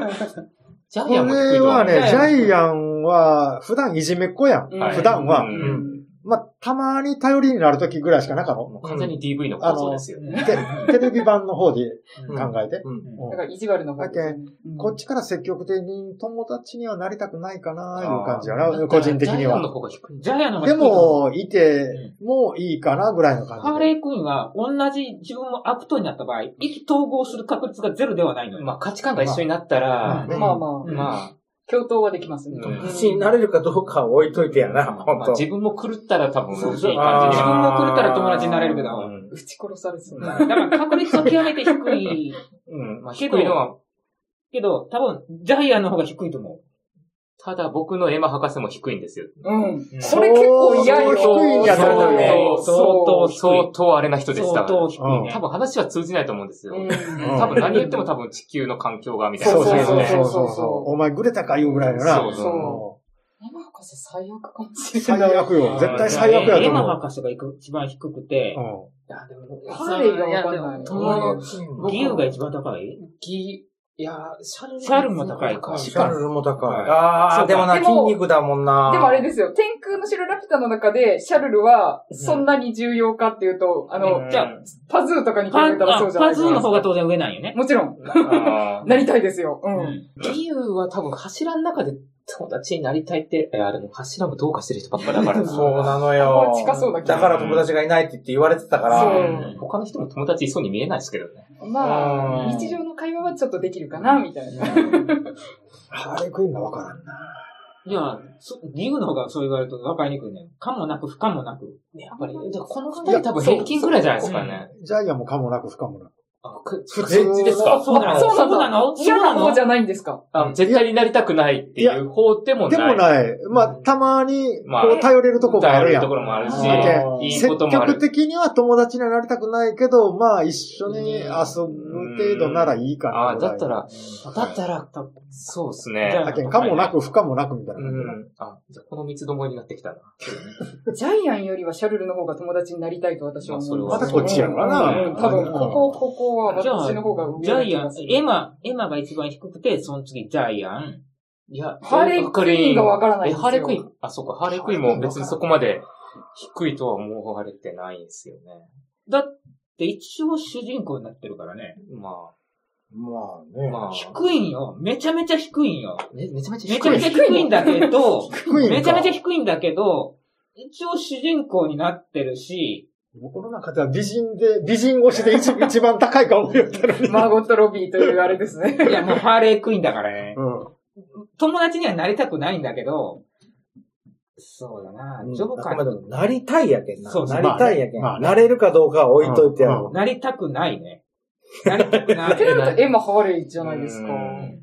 [SPEAKER 4] ジャ
[SPEAKER 2] こ
[SPEAKER 4] イアンも低い
[SPEAKER 2] れ
[SPEAKER 4] と思う
[SPEAKER 2] はね、
[SPEAKER 1] ジ
[SPEAKER 2] ジ
[SPEAKER 1] ャ
[SPEAKER 2] ャイアンは、普段いじめっ子やん。
[SPEAKER 4] はい
[SPEAKER 2] 普段は
[SPEAKER 4] う
[SPEAKER 5] うんん。
[SPEAKER 2] まあ、たまに頼りになる時ぐらいしかなかろ
[SPEAKER 4] もう完全に DV の構造ですよね。
[SPEAKER 2] テテレビ版の方で考えて。
[SPEAKER 3] うん
[SPEAKER 2] うん
[SPEAKER 5] だから意地悪の方ですよねうん
[SPEAKER 2] こっちから積極的に友達にはなりたくないかな、いう感じや
[SPEAKER 4] あー
[SPEAKER 2] な、個人的に
[SPEAKER 4] ジャイアンの
[SPEAKER 2] は。
[SPEAKER 4] 方が低いんじ
[SPEAKER 1] ジ
[SPEAKER 4] ゃ
[SPEAKER 1] ャイアンの方が低
[SPEAKER 2] で
[SPEAKER 1] いと思う
[SPEAKER 2] も、いてもいいかな、ぐらいの
[SPEAKER 1] ハー
[SPEAKER 2] 感じ
[SPEAKER 1] レークイーンは、同じ自分も悪党になった場合、意気統合する確率がゼロではないの
[SPEAKER 4] ん。
[SPEAKER 1] よ。
[SPEAKER 4] まあ、価値観が一緒になったら、
[SPEAKER 2] うん
[SPEAKER 5] まあまあ、
[SPEAKER 4] ま
[SPEAKER 5] 共闘はできますね。
[SPEAKER 4] うん
[SPEAKER 3] 自信になれるかどうかは置いといてやな、
[SPEAKER 4] あ、
[SPEAKER 3] ほん
[SPEAKER 4] まあ
[SPEAKER 3] と。
[SPEAKER 4] 自分も狂ったら多分、いい感じ
[SPEAKER 1] そう
[SPEAKER 4] に
[SPEAKER 1] 自
[SPEAKER 4] なる
[SPEAKER 1] 分も狂ったら友達になれるけ
[SPEAKER 4] う
[SPEAKER 1] ど、
[SPEAKER 4] ん
[SPEAKER 5] 撃ち殺されそう。
[SPEAKER 1] だから確率は極めて低い。
[SPEAKER 4] うん。まあ、低いのは、
[SPEAKER 1] けど、多分、ジャイアンの方が低いと思
[SPEAKER 4] ただ僕のエマ博士も低いんですよ。
[SPEAKER 5] うん。
[SPEAKER 1] う。
[SPEAKER 5] それ結構嫌よ。
[SPEAKER 2] 相当低いんや
[SPEAKER 5] そう
[SPEAKER 2] と思うね
[SPEAKER 5] そう
[SPEAKER 1] 相当低い
[SPEAKER 4] 相当あれな人でし
[SPEAKER 1] 相。
[SPEAKER 4] た
[SPEAKER 1] 当低いね。
[SPEAKER 4] 多分話は通じないと思うんですよ。
[SPEAKER 5] うん
[SPEAKER 4] 多分何言っても多分地球の環境がみたいな。
[SPEAKER 5] そうそう
[SPEAKER 4] です
[SPEAKER 5] そう
[SPEAKER 4] ね。
[SPEAKER 5] そう
[SPEAKER 2] お前グレたかいうぐらいのな。
[SPEAKER 4] そう
[SPEAKER 5] そ山博士最悪かもしれ
[SPEAKER 2] 最
[SPEAKER 5] ない。
[SPEAKER 2] 悪よ。絶対最悪やと
[SPEAKER 1] エマ
[SPEAKER 2] 思
[SPEAKER 1] 博士が一番低くて、
[SPEAKER 2] う。
[SPEAKER 1] いやでも
[SPEAKER 5] 彼がわかんない。
[SPEAKER 1] 友
[SPEAKER 3] うん
[SPEAKER 1] 義勇が一番高い
[SPEAKER 4] ギいやシャル
[SPEAKER 1] シャルも高いか
[SPEAKER 3] シャルルも高
[SPEAKER 4] はい
[SPEAKER 3] い。あ
[SPEAKER 1] そ
[SPEAKER 3] あ、
[SPEAKER 1] うか
[SPEAKER 3] でもな、
[SPEAKER 5] でも
[SPEAKER 3] 筋肉だもんな。
[SPEAKER 5] でもあれですよ、天空の城ラピュタの中で、シャルルは、そんなに重要かっていうと、あの、
[SPEAKER 1] じゃ
[SPEAKER 5] パズーとかに比
[SPEAKER 1] パ
[SPEAKER 5] べ
[SPEAKER 1] ン、
[SPEAKER 5] たらそう
[SPEAKER 1] あ
[SPEAKER 5] じゃな
[SPEAKER 1] パ
[SPEAKER 5] いです
[SPEAKER 1] ズ
[SPEAKER 5] か。
[SPEAKER 1] ーの方が当然上なんよね。
[SPEAKER 5] もちろん、
[SPEAKER 4] あ
[SPEAKER 5] なりたいですよ。う。
[SPEAKER 1] うんん。
[SPEAKER 4] ー理由は多分柱の中で友達になりたいって、いや、でも柱もどうかしてる人ばっ かだ からな
[SPEAKER 3] そうなの
[SPEAKER 5] こ
[SPEAKER 3] よ
[SPEAKER 5] こ。近そうな気が
[SPEAKER 3] だから友達がいないって言って言われてたか
[SPEAKER 5] そ
[SPEAKER 3] ら。
[SPEAKER 5] う
[SPEAKER 4] 他の人も友達いそうに見えないですけどね。
[SPEAKER 5] まあ、
[SPEAKER 3] うん
[SPEAKER 5] 日常の会話はちょっとできるかな、みたいな。
[SPEAKER 2] ハーレークイーンがわからんな。
[SPEAKER 1] じゃあ、そ義勇の方がそう言われると分かりにくいね。かもなく不可もなく。
[SPEAKER 4] やっぱり、だからこの二人多分平均くらいじゃないですかね。
[SPEAKER 2] ジャイアンもかもなく不可もなく。
[SPEAKER 4] あく
[SPEAKER 2] 普
[SPEAKER 4] 全
[SPEAKER 2] 通
[SPEAKER 4] 然ですか
[SPEAKER 1] そうなの
[SPEAKER 5] そう
[SPEAKER 1] そうな
[SPEAKER 5] なの
[SPEAKER 1] の
[SPEAKER 5] 嫌な方じゃないんですか
[SPEAKER 4] あ絶対になりたくないっていう方でも
[SPEAKER 2] で
[SPEAKER 4] な
[SPEAKER 2] も
[SPEAKER 4] い。
[SPEAKER 2] ない。まあ、たまに、
[SPEAKER 4] まあ
[SPEAKER 2] こう、頼れるとこがあるや
[SPEAKER 4] 頼とこ
[SPEAKER 2] ん。
[SPEAKER 4] ろもあるし、
[SPEAKER 3] うん
[SPEAKER 4] いい
[SPEAKER 2] 積
[SPEAKER 4] こともある
[SPEAKER 2] 極。的には友達にはなりたくないけど、まあ、一緒に遊ぶ程度ならいいか
[SPEAKER 4] あ
[SPEAKER 2] な
[SPEAKER 4] あ、
[SPEAKER 2] ぐらい。
[SPEAKER 4] だったら、だったら、そうですね。
[SPEAKER 1] じゃあ
[SPEAKER 2] だけん、かもなく不可もなくみたいな
[SPEAKER 4] う。ん。あ、じゃあこの三つどもえになってきたな。
[SPEAKER 5] ジャイアンよりはシャルルの方が友達になりたいと私は思います。
[SPEAKER 4] またこっちや
[SPEAKER 2] からな
[SPEAKER 5] うん多分、ここ、ここは
[SPEAKER 1] じゃあ
[SPEAKER 5] 私の方が上
[SPEAKER 1] ジャ
[SPEAKER 5] な
[SPEAKER 1] イ
[SPEAKER 5] 気
[SPEAKER 1] アン
[SPEAKER 5] がす、る
[SPEAKER 1] エマ、エマが一番低くて、その次ジャイアン。
[SPEAKER 4] いや、
[SPEAKER 5] ハーレークイーンがわからないんで
[SPEAKER 4] え
[SPEAKER 5] すよ
[SPEAKER 4] ハーレークイーン、あ、そうか、ハーレークイーンも別にそこまで低いとは思われてないんですよね。
[SPEAKER 1] だって一応主人公になってるからね。
[SPEAKER 4] ま
[SPEAKER 3] まあ
[SPEAKER 4] あ、
[SPEAKER 3] ね。
[SPEAKER 4] まあ、
[SPEAKER 1] 低いんよ。めちゃめちゃ低いんよ。
[SPEAKER 4] めめちゃめちゃ
[SPEAKER 1] めちゃめちゃ
[SPEAKER 4] 低い。
[SPEAKER 1] 低いんだけど、
[SPEAKER 2] 低いんか
[SPEAKER 1] めちゃめちゃ低いんだけど、一応主人公になってるし、
[SPEAKER 2] 僕の中では美人で、美人推しで 一一番高い顔を言ったのに。
[SPEAKER 5] マーゴットロビーというあれですね
[SPEAKER 1] い。やもうハーレークイーンだからね。
[SPEAKER 2] うん。
[SPEAKER 1] 友達にはなりたくないんだけど、そうだな、ジョブ
[SPEAKER 3] あ
[SPEAKER 1] カ
[SPEAKER 3] くまで
[SPEAKER 1] ー
[SPEAKER 3] もなりたいやけんな。
[SPEAKER 1] そうそう
[SPEAKER 3] なりたいやけん。
[SPEAKER 2] まあね
[SPEAKER 3] なれるかどうかは置いといてやろ
[SPEAKER 1] なりたくないね。なりたくな
[SPEAKER 5] って
[SPEAKER 1] い。
[SPEAKER 5] なるとエマ・ハーレイじゃないですか
[SPEAKER 4] う。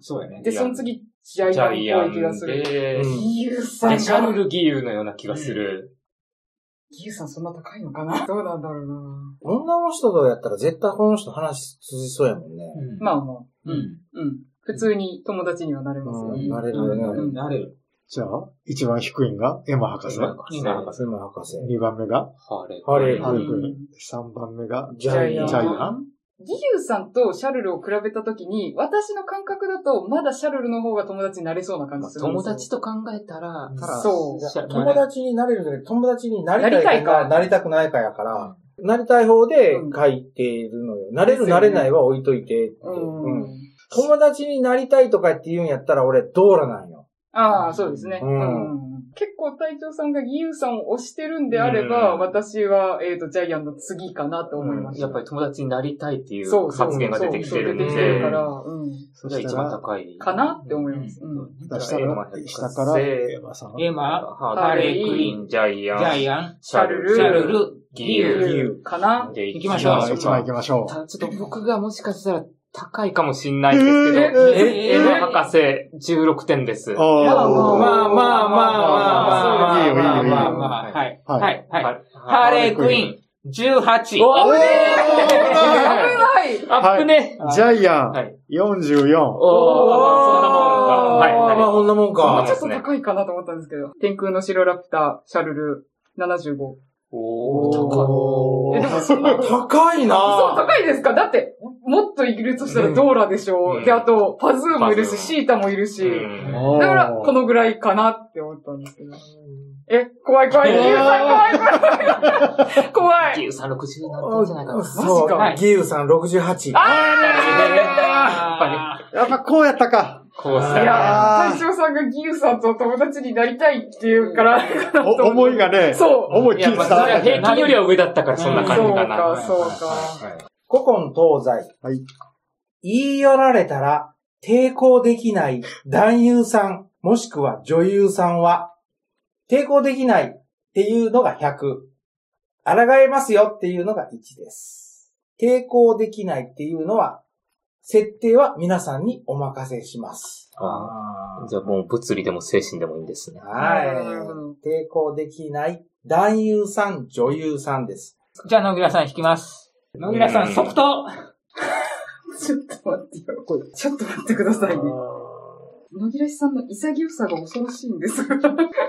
[SPEAKER 1] そうやね。
[SPEAKER 5] で、
[SPEAKER 4] いや
[SPEAKER 5] その次、ジャ
[SPEAKER 4] ジャ
[SPEAKER 5] イ
[SPEAKER 4] イ
[SPEAKER 5] ア
[SPEAKER 4] ア
[SPEAKER 5] ンっぽい気が
[SPEAKER 4] ン
[SPEAKER 5] する。
[SPEAKER 4] で、
[SPEAKER 3] うん
[SPEAKER 5] ギユ
[SPEAKER 4] シ
[SPEAKER 5] さん
[SPEAKER 4] ャル
[SPEAKER 5] が、
[SPEAKER 4] ル義勇のような気がする。
[SPEAKER 5] ギユさんそんな高いのかなどうなんだろうな
[SPEAKER 3] 女の人とやったら絶対この人話通じそうやもんね。
[SPEAKER 1] うん
[SPEAKER 5] まあまあ、
[SPEAKER 1] う。ん。
[SPEAKER 5] うん。普通に友達にはなれますよ。
[SPEAKER 3] うんなれるよね
[SPEAKER 1] うんなれる。
[SPEAKER 2] じゃあ、一番低いんがエマ博士。
[SPEAKER 1] うん
[SPEAKER 4] なんか
[SPEAKER 3] スム博士。
[SPEAKER 2] 二番目が
[SPEAKER 4] ハーレー
[SPEAKER 3] ハーレー
[SPEAKER 2] ハーレークイー
[SPEAKER 5] う
[SPEAKER 2] ン。三番目が
[SPEAKER 3] ジャイア
[SPEAKER 2] ジ
[SPEAKER 3] ン。
[SPEAKER 2] ャイアン。
[SPEAKER 5] ギユさんとシャルルを比べたときに、私の感覚だと、まだシャルルの方が友達になれそうな感じするんで
[SPEAKER 4] 友
[SPEAKER 5] すよ。
[SPEAKER 4] 達と考えたら、ただ
[SPEAKER 5] そう
[SPEAKER 4] シャルル
[SPEAKER 3] 友達になれるのに友達になりたいかな
[SPEAKER 5] なりた
[SPEAKER 3] なりた
[SPEAKER 5] いか
[SPEAKER 3] くないかやから、なりたい方で書いているのよ。なれる
[SPEAKER 5] です
[SPEAKER 3] な
[SPEAKER 5] よね
[SPEAKER 3] れないは置いといてって、
[SPEAKER 5] うん。
[SPEAKER 3] うん友達になりたいとかって言うんやったら俺、ドーラなんよ。
[SPEAKER 5] ああ、そうですね。
[SPEAKER 3] うん
[SPEAKER 5] うん結構隊長さんがギユさんを推してるんであれば、
[SPEAKER 4] うん
[SPEAKER 5] 私は、えっ、と、ジャイアンの次かなと思いました。
[SPEAKER 4] やっぱり友達になりたいってい
[SPEAKER 5] そううそう
[SPEAKER 4] 発言が出てきてるん
[SPEAKER 5] そうそう出てきてるか
[SPEAKER 4] で、
[SPEAKER 5] ら、うん。
[SPEAKER 4] そ
[SPEAKER 2] そ
[SPEAKER 4] れ
[SPEAKER 2] し
[SPEAKER 4] が一
[SPEAKER 2] た
[SPEAKER 4] 番
[SPEAKER 2] ら、
[SPEAKER 4] 高い。
[SPEAKER 5] かなって思います。うん。
[SPEAKER 2] 下から、下からエマさん。
[SPEAKER 1] エマ、
[SPEAKER 4] ハーレークイーン、ジャイ
[SPEAKER 1] ジ
[SPEAKER 4] アン、
[SPEAKER 1] ャイアン、
[SPEAKER 4] シャルル、
[SPEAKER 1] シャルル、
[SPEAKER 4] ギユ
[SPEAKER 5] ギユかな
[SPEAKER 4] で
[SPEAKER 1] 行きまし
[SPEAKER 2] じ
[SPEAKER 1] ょう
[SPEAKER 2] ゃあ、一番行きましょ
[SPEAKER 4] たちょっと僕がもしかしたら高いかもしんないんですけど、
[SPEAKER 2] え
[SPEAKER 5] え
[SPEAKER 4] エエマ博士16点です。
[SPEAKER 2] う。
[SPEAKER 4] は
[SPEAKER 2] おー
[SPEAKER 1] まあまあまあまあまあまあ
[SPEAKER 2] いいよいいよいいよ
[SPEAKER 1] まあまあまあはい。
[SPEAKER 2] はい
[SPEAKER 1] はい。
[SPEAKER 4] い
[SPEAKER 1] はい。ハーレークイーン、18。
[SPEAKER 4] おー危ね
[SPEAKER 5] 危ない
[SPEAKER 4] えあっぶねえ
[SPEAKER 2] ジャイア
[SPEAKER 4] は
[SPEAKER 2] ン44。
[SPEAKER 4] い、おー、そんなもんか。はい、はい
[SPEAKER 3] まあ、こんなもんか
[SPEAKER 4] そんなもん
[SPEAKER 5] ち
[SPEAKER 4] で
[SPEAKER 5] ょっ
[SPEAKER 4] す
[SPEAKER 5] と
[SPEAKER 4] ね
[SPEAKER 5] 高いかなと思ったんですけど。天空の白ラピュタ、シャルル、75。
[SPEAKER 4] おー、
[SPEAKER 2] お
[SPEAKER 4] 高
[SPEAKER 2] ー
[SPEAKER 5] え、
[SPEAKER 4] い。
[SPEAKER 5] でもそんな、そう、
[SPEAKER 3] 高いなぁ。
[SPEAKER 5] 高いですかだって、もっといるとしたらドーラでしょ、
[SPEAKER 4] うん
[SPEAKER 5] で、あと、パズーもいる
[SPEAKER 4] パズー
[SPEAKER 5] し、シータもいるし、
[SPEAKER 4] うん
[SPEAKER 5] だから、このぐらいかなって思ったんですけど。え、怖い怖い、
[SPEAKER 2] うわー
[SPEAKER 5] ゆうさん怖い怖い怖
[SPEAKER 4] ギ
[SPEAKER 5] い
[SPEAKER 4] ユさん60になったんじゃないかな。
[SPEAKER 3] そ
[SPEAKER 1] は
[SPEAKER 3] う、
[SPEAKER 1] い
[SPEAKER 3] 義勇さん68。
[SPEAKER 1] あ
[SPEAKER 2] やっぱこうやった か。
[SPEAKER 4] こうし
[SPEAKER 5] い
[SPEAKER 4] たら。
[SPEAKER 5] や
[SPEAKER 2] あ
[SPEAKER 5] ー、
[SPEAKER 2] ー
[SPEAKER 5] 隊長さんがギユさんと友達になりたいっていうから、
[SPEAKER 2] お思いがね、
[SPEAKER 5] そう。
[SPEAKER 2] 思い
[SPEAKER 4] い
[SPEAKER 2] 切
[SPEAKER 4] や、
[SPEAKER 2] り
[SPEAKER 4] まあ、
[SPEAKER 2] 伝
[SPEAKER 4] そ
[SPEAKER 2] わっ
[SPEAKER 4] れは
[SPEAKER 2] た
[SPEAKER 4] 平
[SPEAKER 2] ね。
[SPEAKER 4] 均よりは上だったから、そんな感じかな。
[SPEAKER 5] そうか、そう
[SPEAKER 4] はい
[SPEAKER 5] か。
[SPEAKER 3] 古今東西。
[SPEAKER 2] はい。
[SPEAKER 3] 言い寄られたら抵抗できない男優さん、もしくは女優さんは、抵抗できないっていうのが100。抗えますよっていうのが1です。抵抗できないっていうのは設定は皆さんにお任せします。
[SPEAKER 4] あ
[SPEAKER 2] あ
[SPEAKER 4] ーじゃあもう物理でも精神でもいいんですね。
[SPEAKER 5] なるほど
[SPEAKER 3] はい。抵抗できない男優さん、女優さんです。
[SPEAKER 1] じゃあ、野木さん引きます。野木さ
[SPEAKER 4] うん
[SPEAKER 1] ん、即答
[SPEAKER 5] ちょっと待ってよ。ちょっと待ってくださいね。野木らしさんの潔さが恐ろしいんですが。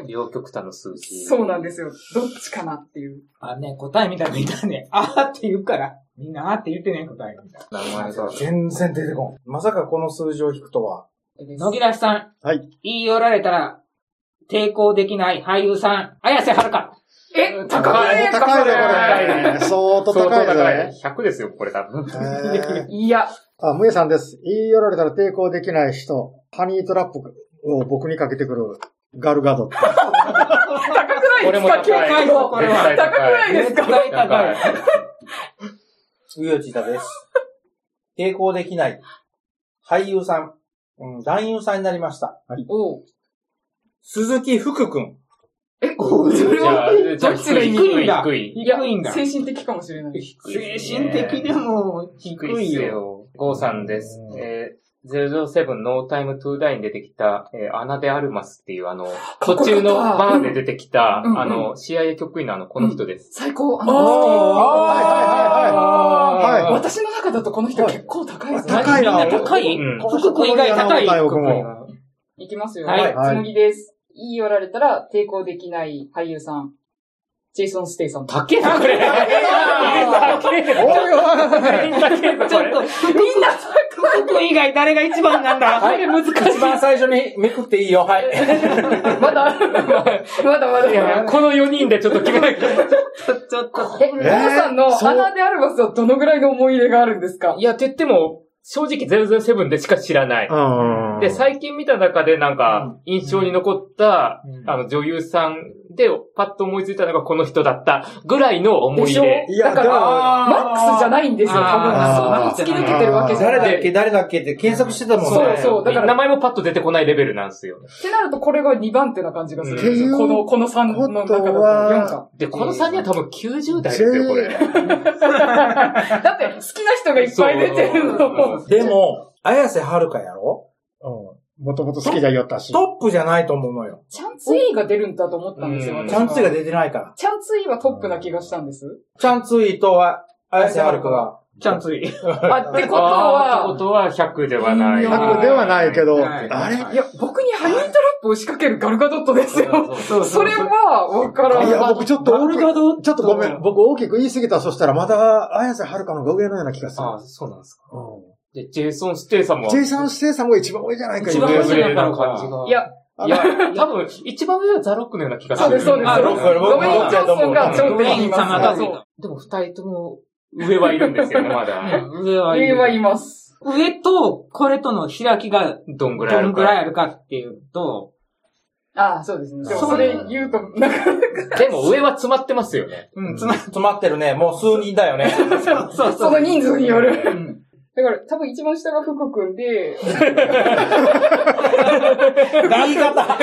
[SPEAKER 4] 両極端の数 字。
[SPEAKER 5] そうなんですよ。どっちかなっていう。
[SPEAKER 1] あね、答えみたいなのいたね。あーって言うから。みんなあーって言ってね、答えみたい
[SPEAKER 4] 名前が。
[SPEAKER 3] 全然出てこん。まさかこの数字を引くとは。
[SPEAKER 1] な。野木らしさん。
[SPEAKER 2] はい
[SPEAKER 1] 言い寄られたら、抵抗できない俳優さん、綾瀬はるか。
[SPEAKER 5] え、
[SPEAKER 4] 高
[SPEAKER 5] 高
[SPEAKER 4] い
[SPEAKER 2] 高いね、
[SPEAKER 5] い
[SPEAKER 2] こ
[SPEAKER 5] 高い
[SPEAKER 2] れ。相当高いね。
[SPEAKER 4] い。100ですよ、これ多分。
[SPEAKER 2] えー
[SPEAKER 5] いや、
[SPEAKER 2] あ、むえさんです。言い寄られたら抵抗できない人。ハニートラップを僕にかけてくるガルガド。
[SPEAKER 5] 高くないですか結
[SPEAKER 1] い
[SPEAKER 5] 構。
[SPEAKER 1] これは
[SPEAKER 5] 高くないですか
[SPEAKER 1] 絶対高い。
[SPEAKER 3] ゆうちたです。抵抗できない。俳優さん。うん、男優さんになりました。
[SPEAKER 5] おう
[SPEAKER 3] 鈴木福くん。
[SPEAKER 5] え、それ
[SPEAKER 4] じゃ
[SPEAKER 5] は
[SPEAKER 4] あ、じゃあ
[SPEAKER 5] どっちがいい
[SPEAKER 1] 低いんだ。
[SPEAKER 4] 低い低
[SPEAKER 1] 低いんだ。
[SPEAKER 5] 精神的かもしれない。
[SPEAKER 1] 精神的で
[SPEAKER 4] も
[SPEAKER 1] も低いよ。
[SPEAKER 4] よ。ゴーさんです。えー、007ノータイムトゥーダイに出てきた、えー、アナデアルマスっていうあの、
[SPEAKER 5] こよか
[SPEAKER 4] 途
[SPEAKER 5] った
[SPEAKER 4] 中のバーで出てきた、
[SPEAKER 5] うん
[SPEAKER 4] あの、CIA 局員のあの、この人です。
[SPEAKER 5] 最高。
[SPEAKER 2] おー
[SPEAKER 5] あ
[SPEAKER 2] はいはいはいはいはい
[SPEAKER 5] 私の中だとこの人結構高いですね。
[SPEAKER 2] あ高いな
[SPEAKER 1] みんな高い、
[SPEAKER 4] うん
[SPEAKER 1] 福君以外高い
[SPEAKER 2] この人この人嫌な僕
[SPEAKER 4] これ
[SPEAKER 2] も。
[SPEAKER 4] はい
[SPEAKER 5] きますよ。
[SPEAKER 1] はい
[SPEAKER 2] はい
[SPEAKER 5] 紬です。言い寄られたら抵抗できない俳優さん。ジェイソン・ステイさん。
[SPEAKER 4] 高えな、これ。高えな。
[SPEAKER 1] ちょっと、みんな、福君以外誰が一番なんだ、
[SPEAKER 3] は
[SPEAKER 1] これ
[SPEAKER 3] い
[SPEAKER 1] 難しい。
[SPEAKER 3] 一番最初にめくっていいよ。はい。
[SPEAKER 5] まだある まだまだ。
[SPEAKER 4] いやこの4人でちょっと決めないと。
[SPEAKER 1] ちょっと、
[SPEAKER 5] え、皆さんの
[SPEAKER 2] そう
[SPEAKER 5] 穴であるバスはどのぐらいの思い入れがあるんですか
[SPEAKER 4] いや、て言っても、正直007でしか知らない。
[SPEAKER 2] うん
[SPEAKER 4] で、最近見た中でなんか、印象に残った、
[SPEAKER 1] うん
[SPEAKER 4] あの、女優さんで、パッと思いついたのがこの人だった、ぐらいの思い入れ。
[SPEAKER 2] いや、
[SPEAKER 5] だか
[SPEAKER 2] で
[SPEAKER 5] ら
[SPEAKER 2] も、
[SPEAKER 5] マックスじゃないんですよ、多分。そんなに
[SPEAKER 1] あー
[SPEAKER 5] 突き抜けてるわけじゃ
[SPEAKER 3] 誰
[SPEAKER 5] な
[SPEAKER 3] だ
[SPEAKER 5] い。
[SPEAKER 3] っけ誰だっけって検索してたもん
[SPEAKER 5] そう
[SPEAKER 3] ね。
[SPEAKER 5] そうだから
[SPEAKER 4] 名前もパッと出てこないレベルなんですよ。
[SPEAKER 5] ってなるとこれが2番手な感じがするんです
[SPEAKER 2] ってい
[SPEAKER 5] よ。
[SPEAKER 2] う
[SPEAKER 5] この、この3の中だと
[SPEAKER 2] こ
[SPEAKER 5] 4
[SPEAKER 2] とは
[SPEAKER 5] か。
[SPEAKER 4] で、この3人は多分90代ですよ、これ。
[SPEAKER 5] だって好きな人がいっぱい出てるのを。
[SPEAKER 3] でも、綾瀬はるかやろ
[SPEAKER 2] もともと好きじゃよったし。
[SPEAKER 3] トップじゃないと思うのよ。
[SPEAKER 5] チャンツイーが出るんだと思ったんですよ、
[SPEAKER 4] うん
[SPEAKER 5] 私
[SPEAKER 3] チ
[SPEAKER 5] は
[SPEAKER 3] ャンツイが出てないから。
[SPEAKER 5] チャンツイーはトップな気がしたんです。
[SPEAKER 3] チャンツイとは、綾瀬はるかが。
[SPEAKER 1] ちゃんつい。
[SPEAKER 5] あ、ってこと
[SPEAKER 4] あーって
[SPEAKER 5] は、
[SPEAKER 4] ことは100ではない。
[SPEAKER 2] 100ではないけど、
[SPEAKER 1] はい
[SPEAKER 2] あれ
[SPEAKER 5] いや、僕にハニートラップを仕掛けるガルガドットです よ。
[SPEAKER 1] そう
[SPEAKER 5] それは、わから
[SPEAKER 2] いや、
[SPEAKER 5] ん。
[SPEAKER 2] 僕ちょっと大きく、
[SPEAKER 1] ド、
[SPEAKER 2] ちょっとごめん。僕大きく言い過ぎた。そしたらまだ、綾瀬はるかの方が上のような気がする。
[SPEAKER 4] ああ、そうなんですか。
[SPEAKER 2] う
[SPEAKER 4] で、ジェイソン・ステイさん
[SPEAKER 2] ん
[SPEAKER 4] も。
[SPEAKER 2] ジェイソン・ステイさんも一番上じゃないか、
[SPEAKER 1] 一
[SPEAKER 4] 一
[SPEAKER 1] 番
[SPEAKER 4] 番
[SPEAKER 1] 上じ
[SPEAKER 4] 上
[SPEAKER 1] ゃない
[SPEAKER 4] の感じが。
[SPEAKER 5] い、や、
[SPEAKER 2] あ
[SPEAKER 4] い
[SPEAKER 2] の
[SPEAKER 4] や、多分、一番上はザ・ロックのような気がする。
[SPEAKER 5] そうです、そうです。
[SPEAKER 1] あ
[SPEAKER 5] ロ
[SPEAKER 1] ロ
[SPEAKER 5] ベ
[SPEAKER 1] ックロック
[SPEAKER 5] イン・ジョンソンが頂
[SPEAKER 1] ドメ
[SPEAKER 5] 点
[SPEAKER 1] イ
[SPEAKER 5] にい
[SPEAKER 1] ン様
[SPEAKER 5] ま
[SPEAKER 1] だ
[SPEAKER 5] す。
[SPEAKER 1] と。
[SPEAKER 4] でも、二人とも、上はいるんですよね、まだ。
[SPEAKER 1] うん上は
[SPEAKER 5] そう
[SPEAKER 1] い
[SPEAKER 5] 上は
[SPEAKER 1] る。
[SPEAKER 5] います。
[SPEAKER 1] 上と、これとの開きが
[SPEAKER 4] どんぐらいあ
[SPEAKER 1] どん
[SPEAKER 4] るか。
[SPEAKER 1] ぐらいあるかっていうと、
[SPEAKER 5] ああ、そうですね。でもそれ言うと、なんか、
[SPEAKER 4] でも、上は詰まってますよね。
[SPEAKER 1] うん、つま
[SPEAKER 3] 詰まってるね。もう数人だよね。
[SPEAKER 1] り、そうそう
[SPEAKER 5] その人数による。
[SPEAKER 1] うん
[SPEAKER 5] だから、多分一番下が福君 で、
[SPEAKER 3] 言い方。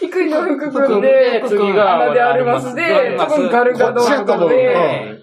[SPEAKER 5] 低いの福
[SPEAKER 4] 含
[SPEAKER 5] 君
[SPEAKER 4] ん
[SPEAKER 5] で
[SPEAKER 4] で、、
[SPEAKER 1] 福
[SPEAKER 4] 次
[SPEAKER 1] 君
[SPEAKER 4] が、
[SPEAKER 5] 穴でありますで、多分ガルガドット
[SPEAKER 2] こっちやと思うう
[SPEAKER 5] で、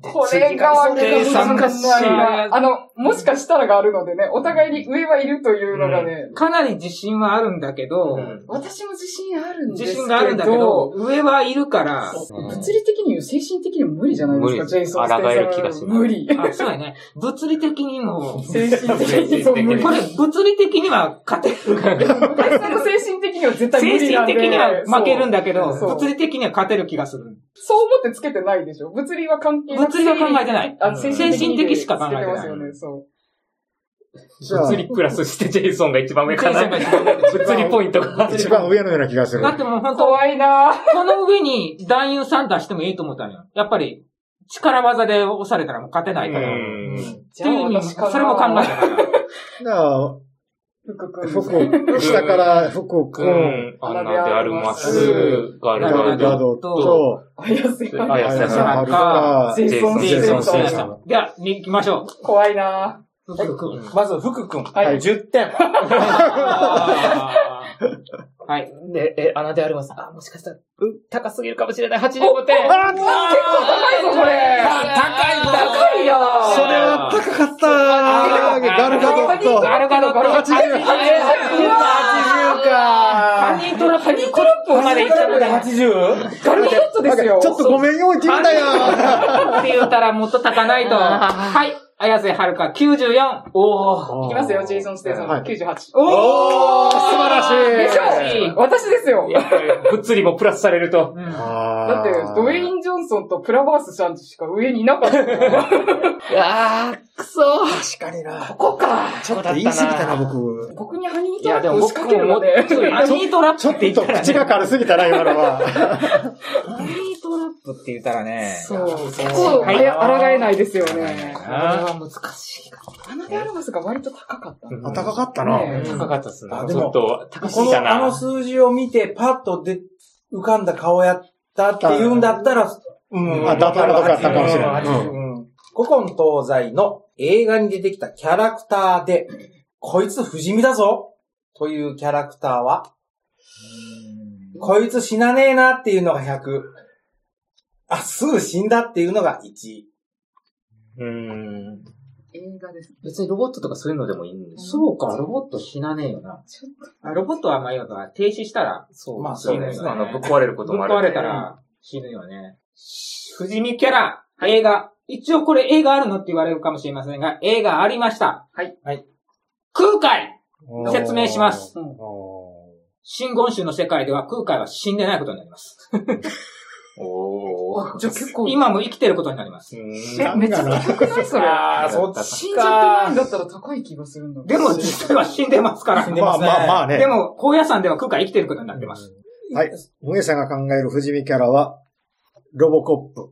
[SPEAKER 5] これが
[SPEAKER 4] わ
[SPEAKER 5] 分けが難しい
[SPEAKER 4] それ
[SPEAKER 5] な。あの、もしかしたらがあるのでね、お互いに上はいるというのがね、
[SPEAKER 1] かなり自信はあるんだけど、
[SPEAKER 5] 私も自信あるんで
[SPEAKER 1] 自
[SPEAKER 5] すけど、
[SPEAKER 1] 信があるんだけど、上はいるから、
[SPEAKER 5] 物理的にも精神的にも無理じゃないです
[SPEAKER 4] 無
[SPEAKER 5] か、
[SPEAKER 4] 理
[SPEAKER 5] ジェイソン・ステイ
[SPEAKER 4] 抗
[SPEAKER 5] サ
[SPEAKER 4] え
[SPEAKER 5] ム
[SPEAKER 4] る気がしない
[SPEAKER 5] 無理。
[SPEAKER 1] あ、そうやね。物理的にも、
[SPEAKER 5] 精神的にも無理。
[SPEAKER 1] これ、物理的には勝てるから。
[SPEAKER 5] 大さんの精神的には絶対無
[SPEAKER 1] 精神
[SPEAKER 5] 理なんで。
[SPEAKER 1] 的には負けるんだけど、
[SPEAKER 5] そう
[SPEAKER 1] 物理的には勝てる気がする。
[SPEAKER 5] そう思ってつけてないでしょ物理は関係な
[SPEAKER 1] 物
[SPEAKER 5] く
[SPEAKER 1] 理は考えてない。
[SPEAKER 5] あ
[SPEAKER 1] 精
[SPEAKER 5] 精
[SPEAKER 1] 神的
[SPEAKER 5] 神的
[SPEAKER 1] しか考えてない
[SPEAKER 5] つけますよね、そう。
[SPEAKER 2] じゃあ
[SPEAKER 4] 物理プラスしてジェイソンが一番上かな。
[SPEAKER 1] ジェイ
[SPEAKER 4] 物
[SPEAKER 1] ソンが一番上
[SPEAKER 4] 理ポイントが。
[SPEAKER 2] 一番上のような気がする
[SPEAKER 1] だ。ってもう本当、
[SPEAKER 5] 怖いなぁ。
[SPEAKER 1] この上に男優さん出してもいいと思ったのよ。やっぱり、力技で押されたらもう勝てないから。っ
[SPEAKER 4] うん
[SPEAKER 1] ていう意味
[SPEAKER 5] じゃあ
[SPEAKER 1] それも考えた
[SPEAKER 5] え
[SPEAKER 1] から。
[SPEAKER 2] じゃあ、
[SPEAKER 5] 福
[SPEAKER 2] 福
[SPEAKER 5] 君。、
[SPEAKER 2] 下から福
[SPEAKER 4] う
[SPEAKER 2] 君、
[SPEAKER 4] ん。アナであるます、ガル
[SPEAKER 2] ガ
[SPEAKER 4] ガ
[SPEAKER 2] ルガ
[SPEAKER 4] ド、
[SPEAKER 2] ドと、
[SPEAKER 5] 早すぎる。
[SPEAKER 4] 綾瀬
[SPEAKER 1] は
[SPEAKER 4] さ
[SPEAKER 1] るか
[SPEAKER 2] はる
[SPEAKER 5] ジェイソン・
[SPEAKER 4] ジ
[SPEAKER 5] ス
[SPEAKER 4] ェイ
[SPEAKER 5] テ
[SPEAKER 4] ソ
[SPEAKER 5] イさ
[SPEAKER 4] ンステイ
[SPEAKER 5] ん。
[SPEAKER 4] サ
[SPEAKER 1] では、行きましょ
[SPEAKER 5] 怖いなぁ。
[SPEAKER 1] う。福君。
[SPEAKER 3] まず、福くん。
[SPEAKER 5] はい
[SPEAKER 3] 10点。
[SPEAKER 1] あはい。
[SPEAKER 4] で、え、穴であります。あ、もしかしたら、う、高すぎるかもしれない。85点。
[SPEAKER 2] あ
[SPEAKER 5] 結構高いぞ、これ
[SPEAKER 1] あ高いな
[SPEAKER 5] 高いよ
[SPEAKER 2] それは高かった
[SPEAKER 1] あー
[SPEAKER 2] ガルガドット。
[SPEAKER 1] ガルガドット
[SPEAKER 2] 80。80
[SPEAKER 1] ハ
[SPEAKER 2] か。
[SPEAKER 1] ニートラップにコラップまでいっちゃう
[SPEAKER 3] で
[SPEAKER 1] ね。
[SPEAKER 3] 80?
[SPEAKER 5] ガルガドットですよ。
[SPEAKER 2] ちょっとごめんよ、聞いたよ。
[SPEAKER 1] って言ったらもっと高ないと。はい。綾瀬はるか94。おー。
[SPEAKER 5] いきますよ、ジェイソン・ステイソン。
[SPEAKER 2] はい
[SPEAKER 5] 98。
[SPEAKER 2] おー素晴らしい
[SPEAKER 5] でしょ私ですよ
[SPEAKER 4] い。やぶっつりもプラスされると。
[SPEAKER 5] だ
[SPEAKER 2] だ
[SPEAKER 5] って、ドウェイン・ジョンソンとプラバースさんしか上にいなかったから。
[SPEAKER 4] あー、くそー。
[SPEAKER 2] 確かにな。
[SPEAKER 5] ここか。
[SPEAKER 2] ちょっと言い過ぎたな、僕。
[SPEAKER 5] ここにハニー
[SPEAKER 4] い
[SPEAKER 5] トラッ
[SPEAKER 4] や、で
[SPEAKER 5] プ
[SPEAKER 4] も
[SPEAKER 5] を仕
[SPEAKER 4] 僕
[SPEAKER 5] 掛け
[SPEAKER 4] も
[SPEAKER 5] る
[SPEAKER 4] も
[SPEAKER 5] の
[SPEAKER 4] っと
[SPEAKER 5] で。
[SPEAKER 1] ハニートラッ
[SPEAKER 2] ち
[SPEAKER 1] プ
[SPEAKER 2] ょ
[SPEAKER 1] っ
[SPEAKER 2] って
[SPEAKER 1] 言っ
[SPEAKER 2] と
[SPEAKER 1] たら
[SPEAKER 2] 口
[SPEAKER 1] ね。
[SPEAKER 2] が軽すぎたな、今のは。
[SPEAKER 1] ハニートラップって言ったらね。
[SPEAKER 5] そう、結構、あれ、抗えないですよね。
[SPEAKER 1] これは
[SPEAKER 4] 難しいか。
[SPEAKER 5] 花でアルバスが割と高かった。
[SPEAKER 2] あ高かったな。
[SPEAKER 5] ね
[SPEAKER 4] 高かったっすね
[SPEAKER 3] あ。で
[SPEAKER 4] ち
[SPEAKER 3] も
[SPEAKER 4] ょっと、高す
[SPEAKER 3] こ
[SPEAKER 4] ぎた
[SPEAKER 3] の、あ
[SPEAKER 4] な
[SPEAKER 3] の。数字を見て、パッとで、浮かんだ顔やったって言うんだったら、うん
[SPEAKER 2] あダブルとかあったかもしれない
[SPEAKER 3] うんうん古今東西の映画に出てきたキャラクターで、こいつ不死身だぞというキャラクターは、こいつ死なねえなっていうのが100。あ、すぐ死んだっていうのが1。
[SPEAKER 4] うん。
[SPEAKER 5] 映画です。
[SPEAKER 4] 別にロボットとかそういうのでもいいんです
[SPEAKER 1] そうか、ロボット死なねえよな。あロボットはまあ要は停止したら、そう
[SPEAKER 3] まあ
[SPEAKER 4] そうですね。あの、ぶっ壊れること
[SPEAKER 1] ぶっ
[SPEAKER 4] もある。
[SPEAKER 1] 壊れた。ら死ぬよね。不死身キャラ、映画。一応これ映画あるのって言われるかもしれませんが、映画ありました。
[SPEAKER 5] はい。
[SPEAKER 3] はい
[SPEAKER 1] 空海説明します。
[SPEAKER 5] うん
[SPEAKER 1] 真言宗の世界では空海は死んでないことになります。
[SPEAKER 4] おー。
[SPEAKER 5] あ、じゃあ結構、
[SPEAKER 1] 今も生きてることになります。
[SPEAKER 4] うん
[SPEAKER 5] え、めっちゃ高くないそれ。
[SPEAKER 3] あー、そっち
[SPEAKER 5] 死んじゃってないんだったら高い気がするんだけ
[SPEAKER 1] で
[SPEAKER 5] ど
[SPEAKER 1] も実際は死んでますから。
[SPEAKER 3] 死ん
[SPEAKER 1] で
[SPEAKER 3] で
[SPEAKER 2] まあまあまあね。
[SPEAKER 1] も、高野山では空海生きてることになってます。
[SPEAKER 2] はい。むげさんが考える不死身キャラは、ロボコップ。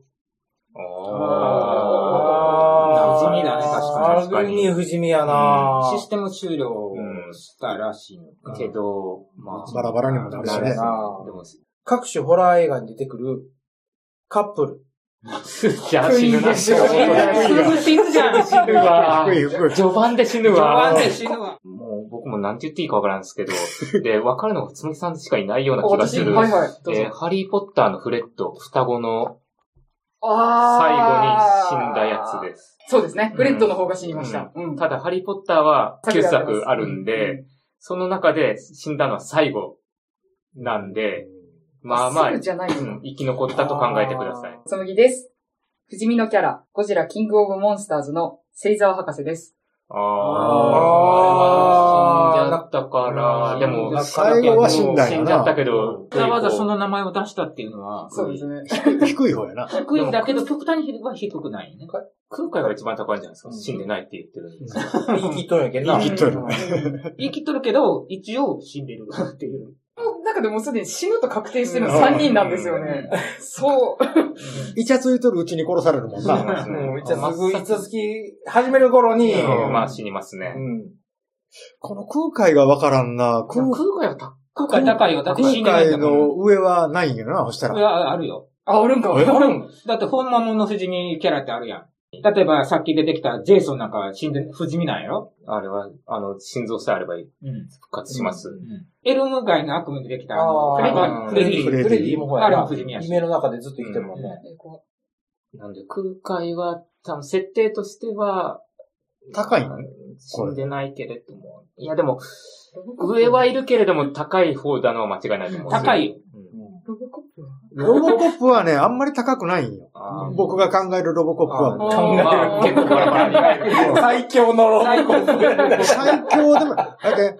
[SPEAKER 1] あー馴染みだね
[SPEAKER 4] 確かに
[SPEAKER 3] 馴染み不死身やな
[SPEAKER 1] システム終了したらしいのかな
[SPEAKER 4] けど、まあ。
[SPEAKER 2] バラバラにもなるしね
[SPEAKER 4] でも、
[SPEAKER 3] 各種ホラー映画に出てくるカップル。
[SPEAKER 4] じゃあ死ぬ
[SPEAKER 5] 低
[SPEAKER 4] な。
[SPEAKER 5] い
[SPEAKER 1] 死ぬすぐ死ぬじゃん。序
[SPEAKER 4] ぬわ
[SPEAKER 2] 低い低い。
[SPEAKER 4] 序盤で死ぬわ。
[SPEAKER 1] 盤で死ぬわ。
[SPEAKER 4] もう僕もなんて言っていいかわからんですけど、で、わかるのがつむぎさんしかいないような気がす
[SPEAKER 5] 私、
[SPEAKER 4] る。
[SPEAKER 5] はいはい。どうぞ
[SPEAKER 4] えーハリーポッターのフレッド、双子の最
[SPEAKER 5] あー
[SPEAKER 4] 後に死んだやつです。
[SPEAKER 5] そうですね。フレッドの方が死にました。うん。
[SPEAKER 4] ただ、ハリーポッターは9作あるん
[SPEAKER 5] う
[SPEAKER 4] で、その中で死んだのは最後なんで、まあまあ、
[SPEAKER 5] すぐじゃないの
[SPEAKER 4] うん生き残ったと考えてください。
[SPEAKER 5] つむぎです。不死身のキャラ、ゴジラキングオブモンスターズのセイザー博士です。
[SPEAKER 4] あ
[SPEAKER 3] あー
[SPEAKER 4] あれは死んじゃったから、でも、
[SPEAKER 2] 最後は死んだ
[SPEAKER 4] 死
[SPEAKER 2] よ
[SPEAKER 4] んじゃった
[SPEAKER 2] な。
[SPEAKER 4] けど、
[SPEAKER 1] わざわざその名前を出したっていうのは、
[SPEAKER 5] そうですね。
[SPEAKER 2] 低い方やな。
[SPEAKER 1] 低いんだけど、極端には低くないよね。
[SPEAKER 4] 空海が一番高いんじゃないですか。死んでないって言ってるんですけど
[SPEAKER 3] 生きとんやけんな。
[SPEAKER 2] 生きとる。
[SPEAKER 1] 生きとるけど、一応死んでるっていう。
[SPEAKER 5] もう、なんかでもすでに死ぬと確定してる3人なんですよね。そう。
[SPEAKER 2] イチャついとるうちに殺されるもん
[SPEAKER 4] そう
[SPEAKER 2] な。
[SPEAKER 4] なんですね
[SPEAKER 3] うん、いつすぐ、いつ
[SPEAKER 4] 真
[SPEAKER 3] 好き、始める頃に、
[SPEAKER 4] っ先にまあ
[SPEAKER 3] う
[SPEAKER 4] 死にますね。
[SPEAKER 3] ん。
[SPEAKER 2] この空海がわからんな。
[SPEAKER 4] 空
[SPEAKER 2] 空
[SPEAKER 4] 海は高
[SPEAKER 1] 空海高いよ。だって死んでないん
[SPEAKER 2] 海
[SPEAKER 1] だもん。
[SPEAKER 2] の上はないんよな、そした
[SPEAKER 1] い
[SPEAKER 2] ら。
[SPEAKER 1] や、あるよ。
[SPEAKER 5] あ、おるんか。
[SPEAKER 3] あるん
[SPEAKER 1] だって、本物の不死身キャラってあるやん。例えば、さっき出てきたジェイソンなんかは死んで、不死身なんやろ
[SPEAKER 4] あれは、あの、心臓さえあれば復
[SPEAKER 1] うん。
[SPEAKER 4] 活します。
[SPEAKER 1] エルム街の悪夢に出てきた、あの、
[SPEAKER 3] あ
[SPEAKER 1] フレディ
[SPEAKER 3] ー
[SPEAKER 1] フレディ
[SPEAKER 2] フレディ
[SPEAKER 3] フレディもほや
[SPEAKER 1] あれは
[SPEAKER 3] な。
[SPEAKER 1] 藤宮氏
[SPEAKER 3] 夢の中でずっと生きてるもんね。
[SPEAKER 4] なんで空海は、多分設定としては、
[SPEAKER 2] 高いん
[SPEAKER 4] 死んでないけれども。いやでも、上はいるけれども高い方だのは間違いないと思うんですよ。
[SPEAKER 1] 高いよ
[SPEAKER 4] うん。
[SPEAKER 3] うん
[SPEAKER 5] ロボコップは
[SPEAKER 2] ロボコップはね、あんまり高くないんよ。
[SPEAKER 4] あー
[SPEAKER 2] 僕が考えるロボコップは。
[SPEAKER 4] あー
[SPEAKER 3] 考える
[SPEAKER 4] まあ結構バラバラに
[SPEAKER 3] 最強のロボコップやね。
[SPEAKER 2] 最強でも、だって、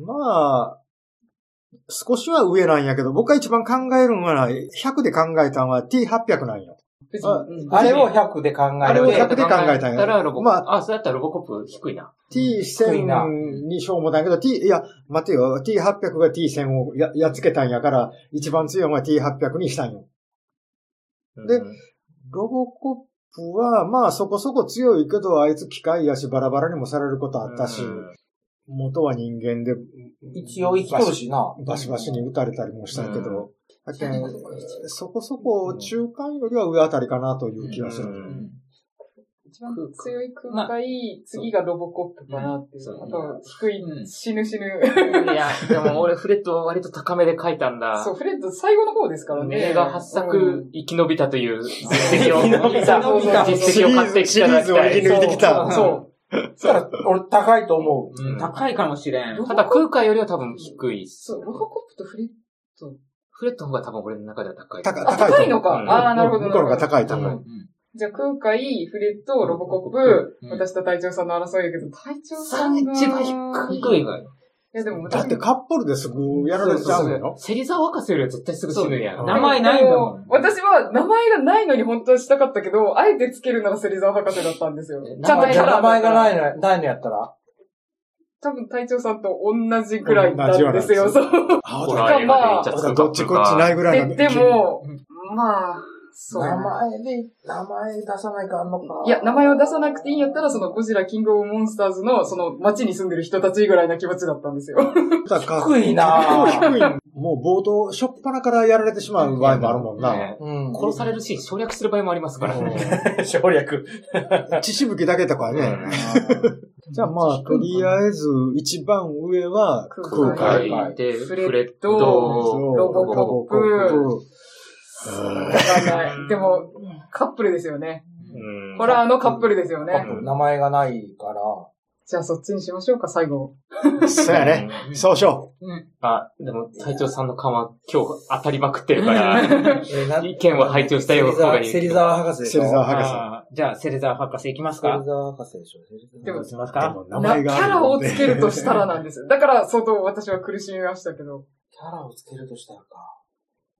[SPEAKER 2] まあ、少しは上なんやけど、僕が一番考えるのは、100で考えたのは T800 なんよ。
[SPEAKER 5] 藤
[SPEAKER 2] あ
[SPEAKER 5] うん
[SPEAKER 3] あれを100で考
[SPEAKER 2] あ
[SPEAKER 3] え
[SPEAKER 2] れを
[SPEAKER 3] る。
[SPEAKER 2] 100で考えたんや
[SPEAKER 4] だからロボ
[SPEAKER 2] ま
[SPEAKER 4] あ、そうやったらロボコップ低いな。
[SPEAKER 3] 低いな
[SPEAKER 2] T1000 にしようもないけど、T、いや、待てよ、T800 が T1000 をややっつけたんやから、一番強いのは T800 にしたんよ。で
[SPEAKER 4] うん
[SPEAKER 2] ロボコップは、まあそこそこ強いけど、あいつ機械やし、バラバラにもされることあったし、
[SPEAKER 4] うん
[SPEAKER 2] 元は人間で、
[SPEAKER 3] 一応生きとるしな。
[SPEAKER 2] バシバシに撃たれたりもしたけど、だけん
[SPEAKER 5] うん
[SPEAKER 2] そこそこ中間よりは上あたりかなという気がす
[SPEAKER 4] う
[SPEAKER 2] る。
[SPEAKER 4] ん
[SPEAKER 5] 一番強い空がいい、次がロボコップかなっていう。
[SPEAKER 4] そう
[SPEAKER 5] あ
[SPEAKER 4] そう
[SPEAKER 5] と、低
[SPEAKER 1] う
[SPEAKER 5] い、
[SPEAKER 1] ん
[SPEAKER 5] 死ぬ死ぬ。
[SPEAKER 4] いや、でも俺フレットは割と高めで書いたんだ。
[SPEAKER 5] そう、フレッド最後の方ですからね。
[SPEAKER 4] 映画8作生き延びたという実績を、
[SPEAKER 5] 生き延びた
[SPEAKER 4] 実績を買ってきていた
[SPEAKER 2] シリーズシリー
[SPEAKER 4] だきた
[SPEAKER 2] ズを生き
[SPEAKER 4] い。
[SPEAKER 2] 抜いてきた。
[SPEAKER 3] そう。そしたら、俺高いと思う。
[SPEAKER 4] うんた
[SPEAKER 1] 高いかもしれん。
[SPEAKER 4] だ空海よりは多分低いっす。
[SPEAKER 5] そう、ロボコップとフレッド。
[SPEAKER 4] フレットの方が多分俺の中では高い。
[SPEAKER 2] 高い
[SPEAKER 5] あ、高いのか。
[SPEAKER 4] うん
[SPEAKER 5] ああ、なるほど。
[SPEAKER 2] 向こうの方が高い、
[SPEAKER 5] なるほ
[SPEAKER 2] 高
[SPEAKER 5] ど
[SPEAKER 2] い。
[SPEAKER 5] じゃあ、空海、フレッド、ロボコップ、
[SPEAKER 1] うん
[SPEAKER 5] 私と隊長さんの争いやけど、隊長さんが。
[SPEAKER 4] 一番低いわよ。
[SPEAKER 5] いや、でも
[SPEAKER 2] だってカップルですぐやられちゃうのよ。
[SPEAKER 4] 芹沢博士よりは絶対すぐ死ぬやん。
[SPEAKER 1] そう名前ないんだもん
[SPEAKER 5] で私は名前がないのに本当はしたかったけど、あえてつけるなら芹沢博士だったんですよ。
[SPEAKER 4] え
[SPEAKER 5] ちゃんと
[SPEAKER 4] 名
[SPEAKER 5] キャラ
[SPEAKER 3] 名前がない
[SPEAKER 5] い。
[SPEAKER 3] の、ないのやったら
[SPEAKER 5] 多分隊長さんと同じくらいなんですよ、
[SPEAKER 2] 同じ
[SPEAKER 5] そ
[SPEAKER 2] よ
[SPEAKER 5] う。
[SPEAKER 2] あ、
[SPEAKER 4] ホ
[SPEAKER 2] ほ
[SPEAKER 4] ラ
[SPEAKER 2] ら
[SPEAKER 4] ー映画で。
[SPEAKER 2] ほらどっちこっちないいぐらい
[SPEAKER 5] で、
[SPEAKER 2] の。
[SPEAKER 5] でも
[SPEAKER 1] う、
[SPEAKER 5] まあ、そう。
[SPEAKER 3] 名前で、名前出さないかあんのか。
[SPEAKER 5] いや、名前を出さなくていいんやったら、そのゴジラ、キングオブモンスターズの、その街に住んでる人たちぐらいな気持ちだったんですよ。
[SPEAKER 3] 低いなぁ。
[SPEAKER 2] 低い。もう冒頭、しょっぱなからやられてしまう場合もあるもんな。
[SPEAKER 4] ね
[SPEAKER 3] うん。
[SPEAKER 4] 殺されるシーン省略する場合もありますからね。
[SPEAKER 3] 省略。
[SPEAKER 2] 血しぶきだけとかね。
[SPEAKER 4] うん
[SPEAKER 2] じゃあまあ、とりあえず、一番上は
[SPEAKER 5] 空
[SPEAKER 2] 空海。
[SPEAKER 5] 海
[SPEAKER 4] 空海で、
[SPEAKER 5] フ
[SPEAKER 4] フ
[SPEAKER 5] レッド
[SPEAKER 4] レット、
[SPEAKER 5] ロボコップ
[SPEAKER 2] うん
[SPEAKER 5] わかんない。でも、カップルですよね。
[SPEAKER 4] うん
[SPEAKER 5] ホラーのカップルですよね。
[SPEAKER 3] 名前がないから。
[SPEAKER 5] じゃあそっちにしましょうか、最後。
[SPEAKER 2] そうやね。。そうしよ
[SPEAKER 4] あ、でも、隊長さんの勘は今日当たりまくってるから、意見は拝聴したような方がいい。
[SPEAKER 3] セリザー博士
[SPEAKER 2] う。
[SPEAKER 3] で
[SPEAKER 2] 芹
[SPEAKER 3] しょ。
[SPEAKER 2] 沢博士。
[SPEAKER 1] あーじゃあ、セレザー博士いきます
[SPEAKER 3] セリ
[SPEAKER 1] か
[SPEAKER 3] ザー博士でしょ。
[SPEAKER 5] でも
[SPEAKER 1] いきます
[SPEAKER 2] で
[SPEAKER 1] か
[SPEAKER 2] も名
[SPEAKER 5] な
[SPEAKER 2] 前
[SPEAKER 5] キ
[SPEAKER 2] があ
[SPEAKER 5] ャ
[SPEAKER 2] る
[SPEAKER 5] ラをつけるとしたら
[SPEAKER 2] な。
[SPEAKER 5] なんですよ。だから、相当私は苦しみましたけど。
[SPEAKER 3] キャラをつけるとしたらか。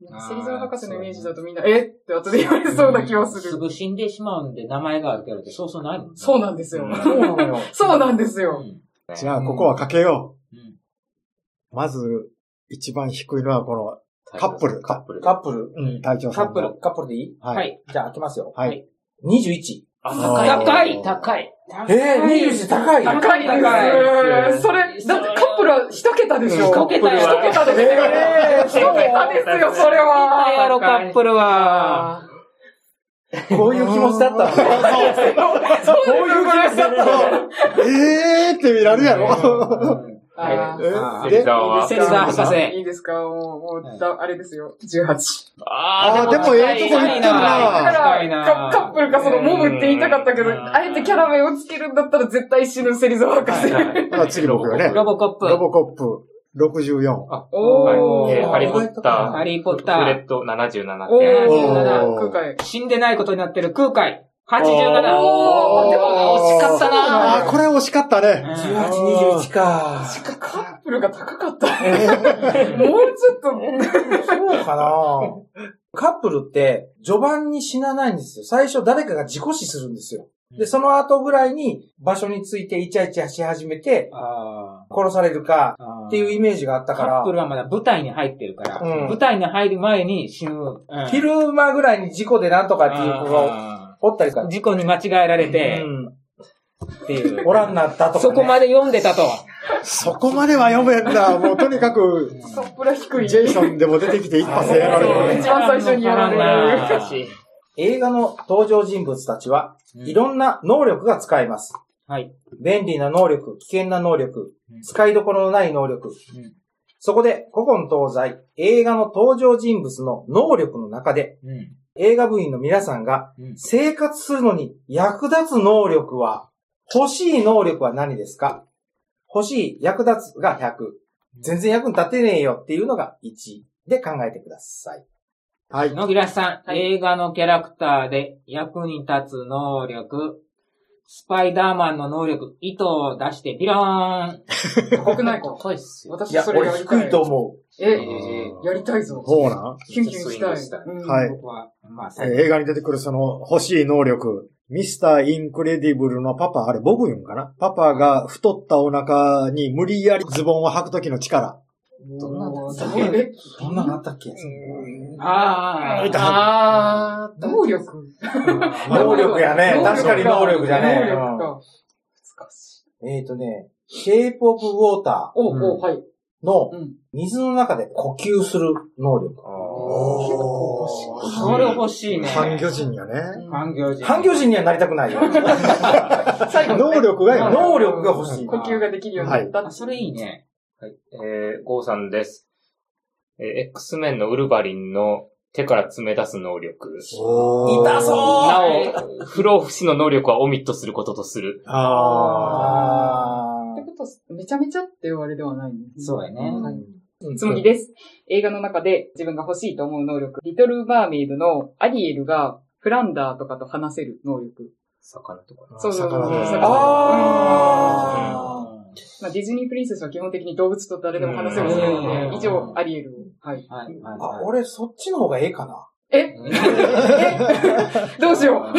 [SPEAKER 5] なんか芹沢博士のイメージだとみんな、えって後で言われそうな気はす
[SPEAKER 1] す
[SPEAKER 5] る。
[SPEAKER 1] ぐ死んでしまうんで、名前があるけど、そうそうないもんね
[SPEAKER 5] そうなんですよ。
[SPEAKER 4] うん
[SPEAKER 3] そうなのよ。
[SPEAKER 5] そうなんです
[SPEAKER 1] う
[SPEAKER 5] よ。
[SPEAKER 1] ん
[SPEAKER 2] じゃあ、ここはかけよ
[SPEAKER 1] うん
[SPEAKER 2] う。まず、一番低いのはこ
[SPEAKER 4] カ
[SPEAKER 2] カップル
[SPEAKER 4] カップル。
[SPEAKER 3] カップル。
[SPEAKER 2] の、うん、隊長さんの。
[SPEAKER 1] カップ
[SPEAKER 3] カップルでいい
[SPEAKER 1] は
[SPEAKER 2] はい。
[SPEAKER 1] い。
[SPEAKER 3] じゃあ開けますよ。
[SPEAKER 2] はい。
[SPEAKER 3] 21。
[SPEAKER 4] あ
[SPEAKER 1] 高
[SPEAKER 2] あ
[SPEAKER 1] い
[SPEAKER 2] ー
[SPEAKER 1] 高い
[SPEAKER 3] えぇ、21高いよ。
[SPEAKER 5] 高いです
[SPEAKER 1] 高い
[SPEAKER 5] それ、だってカップルは一桁でしょ
[SPEAKER 4] うんカップルは
[SPEAKER 5] 一桁ですよ。
[SPEAKER 3] えー、
[SPEAKER 5] 一桁ですよ、それは。
[SPEAKER 1] やろ、カップルは。
[SPEAKER 3] こういう気持ちだった
[SPEAKER 5] そういう気持ちだった
[SPEAKER 2] えーって見られるやろ。
[SPEAKER 5] あー
[SPEAKER 2] ー
[SPEAKER 4] セリザーは
[SPEAKER 1] セ。リザー博士。
[SPEAKER 5] いいですかもう、も
[SPEAKER 1] は
[SPEAKER 5] う、
[SPEAKER 1] い
[SPEAKER 5] だあれですよ。18。
[SPEAKER 4] あ
[SPEAKER 2] ーでもええとこ行ってるな
[SPEAKER 5] だか
[SPEAKER 1] 近い
[SPEAKER 5] ら、
[SPEAKER 1] な
[SPEAKER 5] カカップルかそのモブって言いたかったけど、
[SPEAKER 4] うん
[SPEAKER 5] あえてキャラ名をつけるんだったら絶対死ぬ芹沢博士。
[SPEAKER 2] あ次僕よね
[SPEAKER 1] ロボコッ
[SPEAKER 2] ロ
[SPEAKER 1] プ。
[SPEAKER 2] ボコップ64。
[SPEAKER 4] あ、
[SPEAKER 5] お
[SPEAKER 4] はいえー
[SPEAKER 5] ー。
[SPEAKER 4] ハリーポッター。
[SPEAKER 1] ハリーポッタ
[SPEAKER 4] フレ
[SPEAKER 1] ー。
[SPEAKER 4] ット77
[SPEAKER 5] お
[SPEAKER 4] 点。
[SPEAKER 5] ー
[SPEAKER 2] おー
[SPEAKER 5] 空海。
[SPEAKER 1] 死んでないことになってる空海。87。
[SPEAKER 5] おーでも
[SPEAKER 1] 惜しかったな
[SPEAKER 2] あーこれ惜しかったね。
[SPEAKER 3] 18、21か。
[SPEAKER 5] しかカップルが高かった。もうちょっと、
[SPEAKER 3] そうかなカップルって、序盤に死なないんですよ。最初誰かが事故死するんですよ。で、その後ぐらいに場所についてイチャイチャし始めて、
[SPEAKER 1] あ
[SPEAKER 3] 殺されるか
[SPEAKER 1] ー
[SPEAKER 3] っていうイメージがあった
[SPEAKER 1] カ
[SPEAKER 3] か
[SPEAKER 1] ッ
[SPEAKER 3] ら
[SPEAKER 1] プ、ルはまだ舞台に入ってるから、
[SPEAKER 3] うん
[SPEAKER 1] 舞台に入る前に死ぬ。うん
[SPEAKER 3] 昼間ぐらいに事故でなんとかっていう子が
[SPEAKER 1] あ
[SPEAKER 3] おったりと
[SPEAKER 1] ー
[SPEAKER 3] か、
[SPEAKER 1] 事故に間違えられて
[SPEAKER 3] う、
[SPEAKER 1] っていう。
[SPEAKER 3] んおらんなったとか、ね。
[SPEAKER 1] そこまで読んでたと。
[SPEAKER 2] そこまでは読めんだ。もうとにかく、
[SPEAKER 5] カップルは低い。
[SPEAKER 2] ジェイソンでも出てきて一発でやられるね。
[SPEAKER 5] 一番最初にやられる
[SPEAKER 1] 難しい
[SPEAKER 3] 映画の登場人物たちは、いろんな能力が使えます。
[SPEAKER 1] はい。
[SPEAKER 3] 便利な能力、危険な能力
[SPEAKER 1] うん、
[SPEAKER 3] 使いどころのない能力。
[SPEAKER 1] うん
[SPEAKER 3] そこで、古今東西、映画の登場人物の能力の中で、
[SPEAKER 1] うん
[SPEAKER 3] 映画部員の皆さんが
[SPEAKER 1] うん
[SPEAKER 3] 生活するのに役立つ能力は、欲しい能力は何ですか欲しい、役立つが100。全然役に立てねえよっていうのが1で考えてください。
[SPEAKER 2] はい。
[SPEAKER 1] 野木らさん、映画のキャラクターで役に立つ能力、スパイダーマンの能力、糸を出してビローン。
[SPEAKER 5] 高くないか
[SPEAKER 4] 高いっすよ。
[SPEAKER 3] い
[SPEAKER 5] 私
[SPEAKER 3] や、
[SPEAKER 5] それ
[SPEAKER 3] 俺
[SPEAKER 5] やりた
[SPEAKER 3] 低い
[SPEAKER 5] い。
[SPEAKER 3] と思う。
[SPEAKER 5] え、
[SPEAKER 4] うん
[SPEAKER 5] やりたいぞ。
[SPEAKER 2] ほうなん
[SPEAKER 5] キュンキュンした
[SPEAKER 4] めっちゃスイング
[SPEAKER 5] い。うん
[SPEAKER 4] した
[SPEAKER 2] はい
[SPEAKER 1] 僕は、まあ、
[SPEAKER 2] えー
[SPEAKER 1] 最
[SPEAKER 2] 映画に出てくるその欲しい能力。ミスターインクレディブルのパパ、あれボブ言うんかなパパが太ったお腹に無理やりズボンを履くときの力。
[SPEAKER 5] どんなの
[SPEAKER 3] す
[SPEAKER 5] す
[SPEAKER 3] ご
[SPEAKER 5] ご
[SPEAKER 3] い
[SPEAKER 5] い。え、
[SPEAKER 3] どんなのあったっけ
[SPEAKER 1] あー
[SPEAKER 4] あー
[SPEAKER 5] 能力
[SPEAKER 3] 能力やね。確かに能力じゃね。
[SPEAKER 5] 能力か。難しい。
[SPEAKER 3] えっ、とね、シェイプオブウォータ
[SPEAKER 5] お
[SPEAKER 1] うん
[SPEAKER 5] う、おう、はい。
[SPEAKER 3] ーの
[SPEAKER 5] うん。
[SPEAKER 3] 水の中で呼吸する能力。
[SPEAKER 4] あー
[SPEAKER 2] おー
[SPEAKER 1] それ欲しいね。
[SPEAKER 2] 半魚人やね。
[SPEAKER 1] 半魚人。
[SPEAKER 3] 環境人にはなりたくないよ。
[SPEAKER 5] 最後のね
[SPEAKER 2] 能力がよね。
[SPEAKER 3] 能力が欲しい。
[SPEAKER 5] 呼吸ができるようになった
[SPEAKER 1] あ、。それいいね。
[SPEAKER 4] はい。えー、ゴーさんです。えー、X メンのウルヴァリンの手から詰め出す能力。
[SPEAKER 2] おー
[SPEAKER 3] 痛そう
[SPEAKER 4] なお、不老不死の能力はオミットすることとする。
[SPEAKER 2] あ
[SPEAKER 3] あ
[SPEAKER 5] ってこと、めちゃめちゃっていうあれではないね。
[SPEAKER 1] そうやね。
[SPEAKER 3] ー
[SPEAKER 5] つむぎです。映画の中で自分が欲しいと思う能力。リトル・マーメイドのアリエルがフランダーとかと話せる能力。
[SPEAKER 4] 魚とか。
[SPEAKER 2] ー
[SPEAKER 5] そうそうそう
[SPEAKER 2] 魚だね
[SPEAKER 3] あー
[SPEAKER 5] まあ、ディズニープリンセスは基本的に動物と誰でも話せるするの
[SPEAKER 1] うん
[SPEAKER 5] で、以上、アリエルを。はい。
[SPEAKER 1] はい、はい。
[SPEAKER 3] あ、俺そっちの方がええかな。
[SPEAKER 5] えどうしよ
[SPEAKER 1] う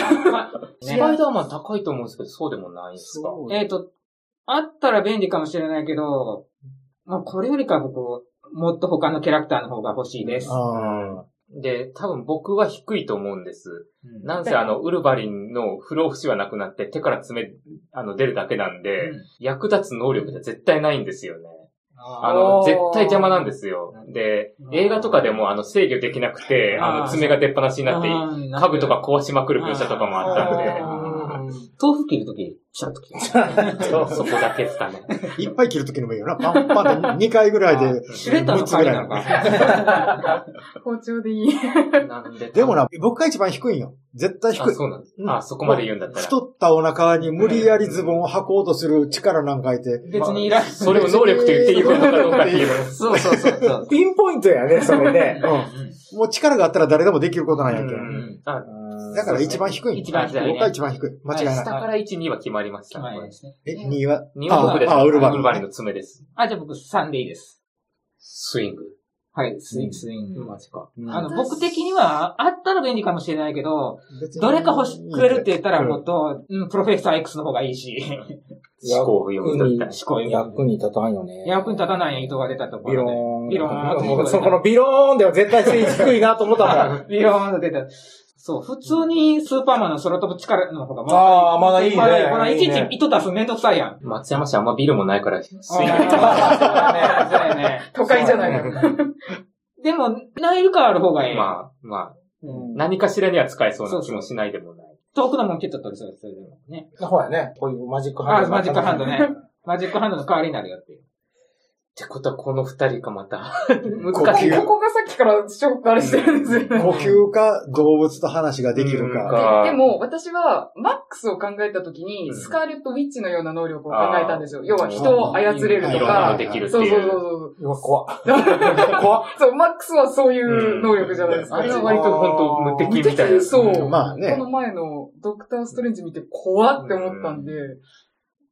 [SPEAKER 4] スパイダーマン高いと思うんですけど、そうでもないですか。
[SPEAKER 1] えっ、と、あったら便利かもしれないけど、まあ、これよりか僕、もっと他のキャラクターの方が欲しいです。
[SPEAKER 2] あ
[SPEAKER 4] で、多分僕は低いと思うんです。
[SPEAKER 1] うん
[SPEAKER 4] なんせあの、ウルヴァリンの不老不死はなくなって手から爪、あの、出るだけなんで、
[SPEAKER 1] うん
[SPEAKER 4] 役立つ能力じゃ絶対ないんですよね。あ
[SPEAKER 5] お
[SPEAKER 4] の、
[SPEAKER 5] ー
[SPEAKER 4] 絶対邪魔なんですよ
[SPEAKER 1] う。ん
[SPEAKER 4] で
[SPEAKER 1] う、ん
[SPEAKER 4] 映画とかでもあの、制御できなくて、あ
[SPEAKER 1] あ
[SPEAKER 4] の、
[SPEAKER 1] ー
[SPEAKER 4] 爪が出っ放しになって、
[SPEAKER 1] 家
[SPEAKER 4] 家具とか壊しまくる描写とかもあったんで、
[SPEAKER 1] あ
[SPEAKER 3] うん
[SPEAKER 1] 豆腐切るとき、シャッと切る。
[SPEAKER 4] そこだけですかね。
[SPEAKER 2] いっぱい切るときのもいいよな。パンパンで2回ぐら いで。
[SPEAKER 1] シュレッダーの回なのか。
[SPEAKER 5] う。包丁でい い。
[SPEAKER 4] なんで
[SPEAKER 2] でも、な、僕が一番低いんよ。絶対低
[SPEAKER 4] あ、
[SPEAKER 2] い。
[SPEAKER 4] そうなんです
[SPEAKER 2] う。ん
[SPEAKER 4] あ、そこまで言うんだったら。
[SPEAKER 2] 太ったお腹に無理やりズボンを履こうとする力なんかいて。
[SPEAKER 1] 別にいらん。
[SPEAKER 4] それを能力と言っていいことかどうかっていう。
[SPEAKER 1] そうそうそうそう。
[SPEAKER 3] ピンポイントやね、それね。
[SPEAKER 2] うん。もう力があったら誰でもできることなんやけど。
[SPEAKER 4] うんあ
[SPEAKER 2] だから一番低いんよ。
[SPEAKER 1] 一番低いね
[SPEAKER 2] 僕が一番低い。間違い
[SPEAKER 4] 下
[SPEAKER 2] ない。
[SPEAKER 4] から1、2は決まりました。
[SPEAKER 1] はいですね
[SPEAKER 2] え、2は
[SPEAKER 4] ニューヨー
[SPEAKER 2] あ
[SPEAKER 4] クです。
[SPEAKER 2] あ、ウルバ
[SPEAKER 4] ウ
[SPEAKER 2] リ
[SPEAKER 4] ル
[SPEAKER 2] ン
[SPEAKER 4] バリンの爪です。
[SPEAKER 1] あ、じゃあ僕3でいいです。
[SPEAKER 4] スイング。
[SPEAKER 1] はい、スイング、スイング。
[SPEAKER 4] マジか。
[SPEAKER 2] うん
[SPEAKER 1] あの、僕的には、あったら便利かもしれないけど、
[SPEAKER 2] 別に
[SPEAKER 1] どれか欲しくれるって言ったら、もっと、うん、プロフェッサー X の方がいいし、
[SPEAKER 4] 思考を読み取っ
[SPEAKER 1] 思考よ。
[SPEAKER 3] 役に立たんよね。
[SPEAKER 1] 役に立たない糸が出たとこ
[SPEAKER 3] ビロ
[SPEAKER 1] ろ
[SPEAKER 3] ーン。
[SPEAKER 1] ビローン
[SPEAKER 3] もうそこのビローンでは絶対性低いなと 思ったから。
[SPEAKER 1] で。ビローンと出た。そう、普通にスーパーマンの空飛ぶ力の方が
[SPEAKER 3] あーまだいいね
[SPEAKER 1] まだいい。まだいちい
[SPEAKER 3] いい
[SPEAKER 1] ち
[SPEAKER 3] ね
[SPEAKER 1] 糸出すのめんどくさいやん。
[SPEAKER 4] た。松山市あんまビルもないから、スイング。
[SPEAKER 1] そうやね。
[SPEAKER 5] 都会じゃないの。
[SPEAKER 1] でも、ナイルカーある方がいい。
[SPEAKER 4] まあ、まあ、
[SPEAKER 3] うん
[SPEAKER 4] 何かしらには使えそうな気もしないでもない。
[SPEAKER 1] 遠くのもん蹴っとったりするそれでもね。
[SPEAKER 3] ほらね、こういうマジックハン
[SPEAKER 1] あ、
[SPEAKER 3] ド。
[SPEAKER 1] マジックハンドね。マジックハンドの代わりになるよっていう。
[SPEAKER 4] ってことは、この二人かまた。
[SPEAKER 2] 呼
[SPEAKER 5] こ
[SPEAKER 4] 難しい。
[SPEAKER 2] 吸。
[SPEAKER 5] こがさっきからショックあれしてるんですよね。
[SPEAKER 2] 呼吸か動物と話ができる
[SPEAKER 4] うん
[SPEAKER 2] か。
[SPEAKER 4] か
[SPEAKER 5] でも、私は、マックスを考えたときに、
[SPEAKER 4] うん
[SPEAKER 5] スカーレット・ウィッチのような能力を考えたんですよ。要は、人を操
[SPEAKER 1] 切
[SPEAKER 5] れ
[SPEAKER 2] う
[SPEAKER 5] る
[SPEAKER 2] ん
[SPEAKER 5] と
[SPEAKER 4] いろんなの
[SPEAKER 5] か
[SPEAKER 4] で、きるって
[SPEAKER 5] そう
[SPEAKER 4] い。
[SPEAKER 5] そうそうう
[SPEAKER 3] うわ、怖 っ。
[SPEAKER 5] そう。
[SPEAKER 3] 怖っ。
[SPEAKER 5] そう、マックスはそういう能力じゃないですか。
[SPEAKER 4] あれは割と本当無敵みたいな。
[SPEAKER 5] 無敵そう
[SPEAKER 2] まあね
[SPEAKER 5] この前のドクター・ストレンジ見て怖って思ったんで、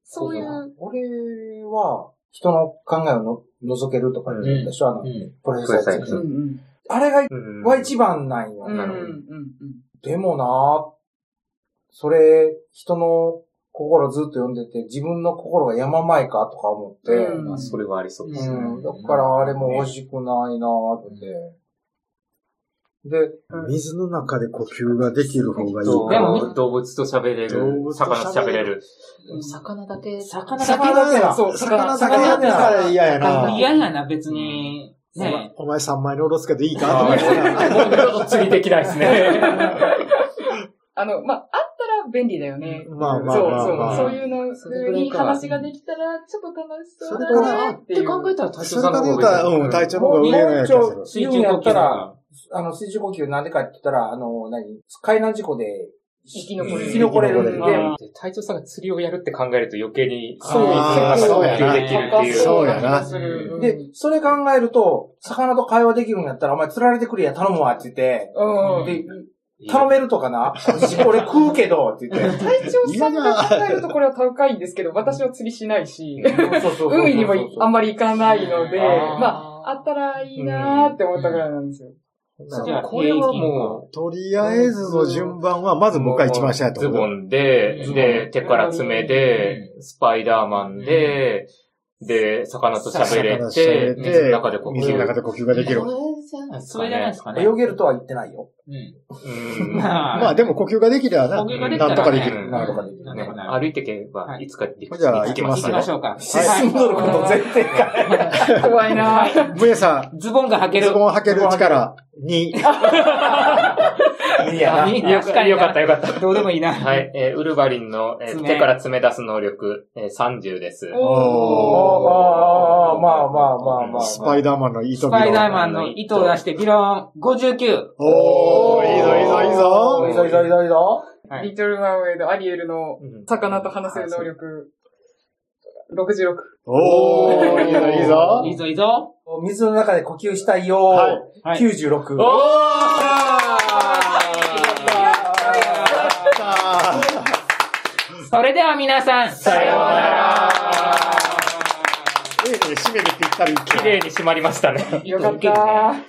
[SPEAKER 5] そういう、
[SPEAKER 3] 俺は、人の考えをの覗けるとか言ったでしょ、あの、プロフェッサー
[SPEAKER 4] プ
[SPEAKER 3] や
[SPEAKER 4] ロフェッサ
[SPEAKER 3] つ
[SPEAKER 4] ー
[SPEAKER 5] うんうん。
[SPEAKER 3] あれが、
[SPEAKER 4] うん
[SPEAKER 3] は一番なんよ。
[SPEAKER 5] うんうん
[SPEAKER 4] な
[SPEAKER 5] う
[SPEAKER 4] るほ
[SPEAKER 5] ん
[SPEAKER 4] ど
[SPEAKER 3] でもなそれ、人の心ずっと読んでて、自分の心が山前かとか思って、
[SPEAKER 5] うん
[SPEAKER 4] まあ、それはありそうですね。
[SPEAKER 3] うん。だからあれも欲しくないなぁって。で、
[SPEAKER 2] 水の中で呼吸ができる方がいい
[SPEAKER 4] そう
[SPEAKER 1] でも
[SPEAKER 4] 動物と喋れ
[SPEAKER 2] 動
[SPEAKER 4] る。
[SPEAKER 2] 物と喋れ
[SPEAKER 4] 魚
[SPEAKER 2] る
[SPEAKER 4] と喋れる。
[SPEAKER 1] 魚だけ。魚だ
[SPEAKER 3] 魚だけだ。
[SPEAKER 5] そう
[SPEAKER 2] 魚
[SPEAKER 5] 魚
[SPEAKER 2] だけだったら嫌や
[SPEAKER 1] け。
[SPEAKER 2] な。
[SPEAKER 1] 嫌やな、別に。ね
[SPEAKER 2] お前3枚のおろすけどいいか
[SPEAKER 4] あ
[SPEAKER 2] とか言う な
[SPEAKER 4] ーちょっと釣りできないですね。
[SPEAKER 5] あの、まあ、あったら便利だよね。
[SPEAKER 2] まあまあ
[SPEAKER 5] そう
[SPEAKER 2] まあまあ。
[SPEAKER 5] そう、そういうの、
[SPEAKER 1] そ
[SPEAKER 5] そ
[SPEAKER 1] れぐら
[SPEAKER 5] う
[SPEAKER 1] い
[SPEAKER 5] い
[SPEAKER 1] か
[SPEAKER 5] 話ができたら、ちょっと楽しそう
[SPEAKER 2] それぐ
[SPEAKER 5] だ
[SPEAKER 2] らい
[SPEAKER 5] ねっていう。
[SPEAKER 4] たら体
[SPEAKER 2] それから言うたら、うん、体調の
[SPEAKER 3] も
[SPEAKER 2] 方
[SPEAKER 3] う、
[SPEAKER 2] が
[SPEAKER 3] も
[SPEAKER 2] 上
[SPEAKER 3] う
[SPEAKER 2] のや
[SPEAKER 3] ちょ
[SPEAKER 2] つ
[SPEAKER 1] 水
[SPEAKER 3] 水
[SPEAKER 1] 中呼
[SPEAKER 3] 中
[SPEAKER 1] 吸
[SPEAKER 3] やったら、あの、水中呼吸なんでかって言ったら、あの、何海難事故で、
[SPEAKER 5] 生き残
[SPEAKER 4] れる
[SPEAKER 3] 生き残れるん
[SPEAKER 1] 生き残れ
[SPEAKER 3] で
[SPEAKER 1] る、
[SPEAKER 4] 隊長さんが釣りをやるって考えると余計に、
[SPEAKER 2] そう
[SPEAKER 4] あー
[SPEAKER 2] そうやな
[SPEAKER 4] 呼吸できるっていう。
[SPEAKER 2] そうや
[SPEAKER 5] な
[SPEAKER 2] な
[SPEAKER 5] 気がする。
[SPEAKER 3] で
[SPEAKER 5] うん、
[SPEAKER 3] それ考えると、魚と会話できるんやったら、お前釣られてくれや、頼むわって言って、
[SPEAKER 5] うん。
[SPEAKER 3] で、頼めるとかな俺食うけどって言って。
[SPEAKER 5] 隊長さんが考えるとこれは高いんですけど、私は釣りしないし、海にもあんまり行かないので、
[SPEAKER 4] あー
[SPEAKER 5] まあ、あったらいいなーって思ったぐらいなんですよ。
[SPEAKER 1] え。
[SPEAKER 4] じゃあ、これはも
[SPEAKER 2] とりあえずの順番は、ま
[SPEAKER 4] う、
[SPEAKER 2] ず僕が一番下やと
[SPEAKER 4] ズボ
[SPEAKER 2] 思う。
[SPEAKER 4] ンで、
[SPEAKER 1] うん
[SPEAKER 4] で、手から爪で、スパイダーマンで、で、魚と喋れ
[SPEAKER 2] 魚と喋れ
[SPEAKER 4] て、
[SPEAKER 2] て
[SPEAKER 4] 水の中で呼吸。
[SPEAKER 2] 水の中で呼吸ができる。
[SPEAKER 4] これじゃないです
[SPEAKER 1] それじゃないですかね。
[SPEAKER 3] 泳げるとは言ってないよ。
[SPEAKER 4] うん。
[SPEAKER 2] ま
[SPEAKER 1] ま
[SPEAKER 2] あでも呼吸ができればな、
[SPEAKER 1] 呼吸
[SPEAKER 4] ができた
[SPEAKER 2] なん
[SPEAKER 4] ら
[SPEAKER 2] と
[SPEAKER 4] ね
[SPEAKER 2] かできる。
[SPEAKER 3] なんとかでき
[SPEAKER 1] ね
[SPEAKER 3] る。
[SPEAKER 4] ね、歩いてけば、
[SPEAKER 1] はい
[SPEAKER 4] いつかでき
[SPEAKER 2] じゃあ
[SPEAKER 4] でき
[SPEAKER 2] 行
[SPEAKER 4] ま
[SPEAKER 1] 行
[SPEAKER 2] き
[SPEAKER 4] す
[SPEAKER 1] き
[SPEAKER 4] よ
[SPEAKER 1] ましょうか。
[SPEAKER 3] 進むのこと前提か。
[SPEAKER 5] 怖いな ぁ。
[SPEAKER 2] ブエさ
[SPEAKER 1] ズボンが履
[SPEAKER 2] ん、
[SPEAKER 1] ける
[SPEAKER 2] ズ。ボンを履ける力2。
[SPEAKER 3] いやな。
[SPEAKER 1] いい
[SPEAKER 4] よ
[SPEAKER 1] 確かに
[SPEAKER 4] かった、よかった。
[SPEAKER 1] どうでもいいな。
[SPEAKER 4] はい、えーウルヴァリンの、えー
[SPEAKER 1] 爪
[SPEAKER 4] 手から爪出す能力、えー、30です。
[SPEAKER 2] お
[SPEAKER 5] おー。
[SPEAKER 3] あーあー、まあまあまあまあ。
[SPEAKER 2] スパイダーマンの糸
[SPEAKER 1] ス
[SPEAKER 2] ビロ
[SPEAKER 1] パイダーマンの糸を出して、ビローン59。
[SPEAKER 2] おー、いいぞいいぞいい
[SPEAKER 3] い
[SPEAKER 2] ぞ
[SPEAKER 3] い。ぞいいぞいいぞいいぞ。
[SPEAKER 1] はい
[SPEAKER 5] リトル・マーメイド、アリエルの
[SPEAKER 4] うん
[SPEAKER 5] 魚と話せる能力、66。
[SPEAKER 2] おー、いいぞいいぞ。
[SPEAKER 1] いいぞいいぞ。
[SPEAKER 3] 水の中で呼吸したいよ。
[SPEAKER 2] はい
[SPEAKER 1] はい。
[SPEAKER 3] 96。
[SPEAKER 4] おー
[SPEAKER 3] やっ
[SPEAKER 2] さあ
[SPEAKER 1] それでは皆さん、さ
[SPEAKER 4] ようなら
[SPEAKER 2] いいね、締めにぴったり。
[SPEAKER 4] 綺麗に締まりましたね。
[SPEAKER 5] よかったー。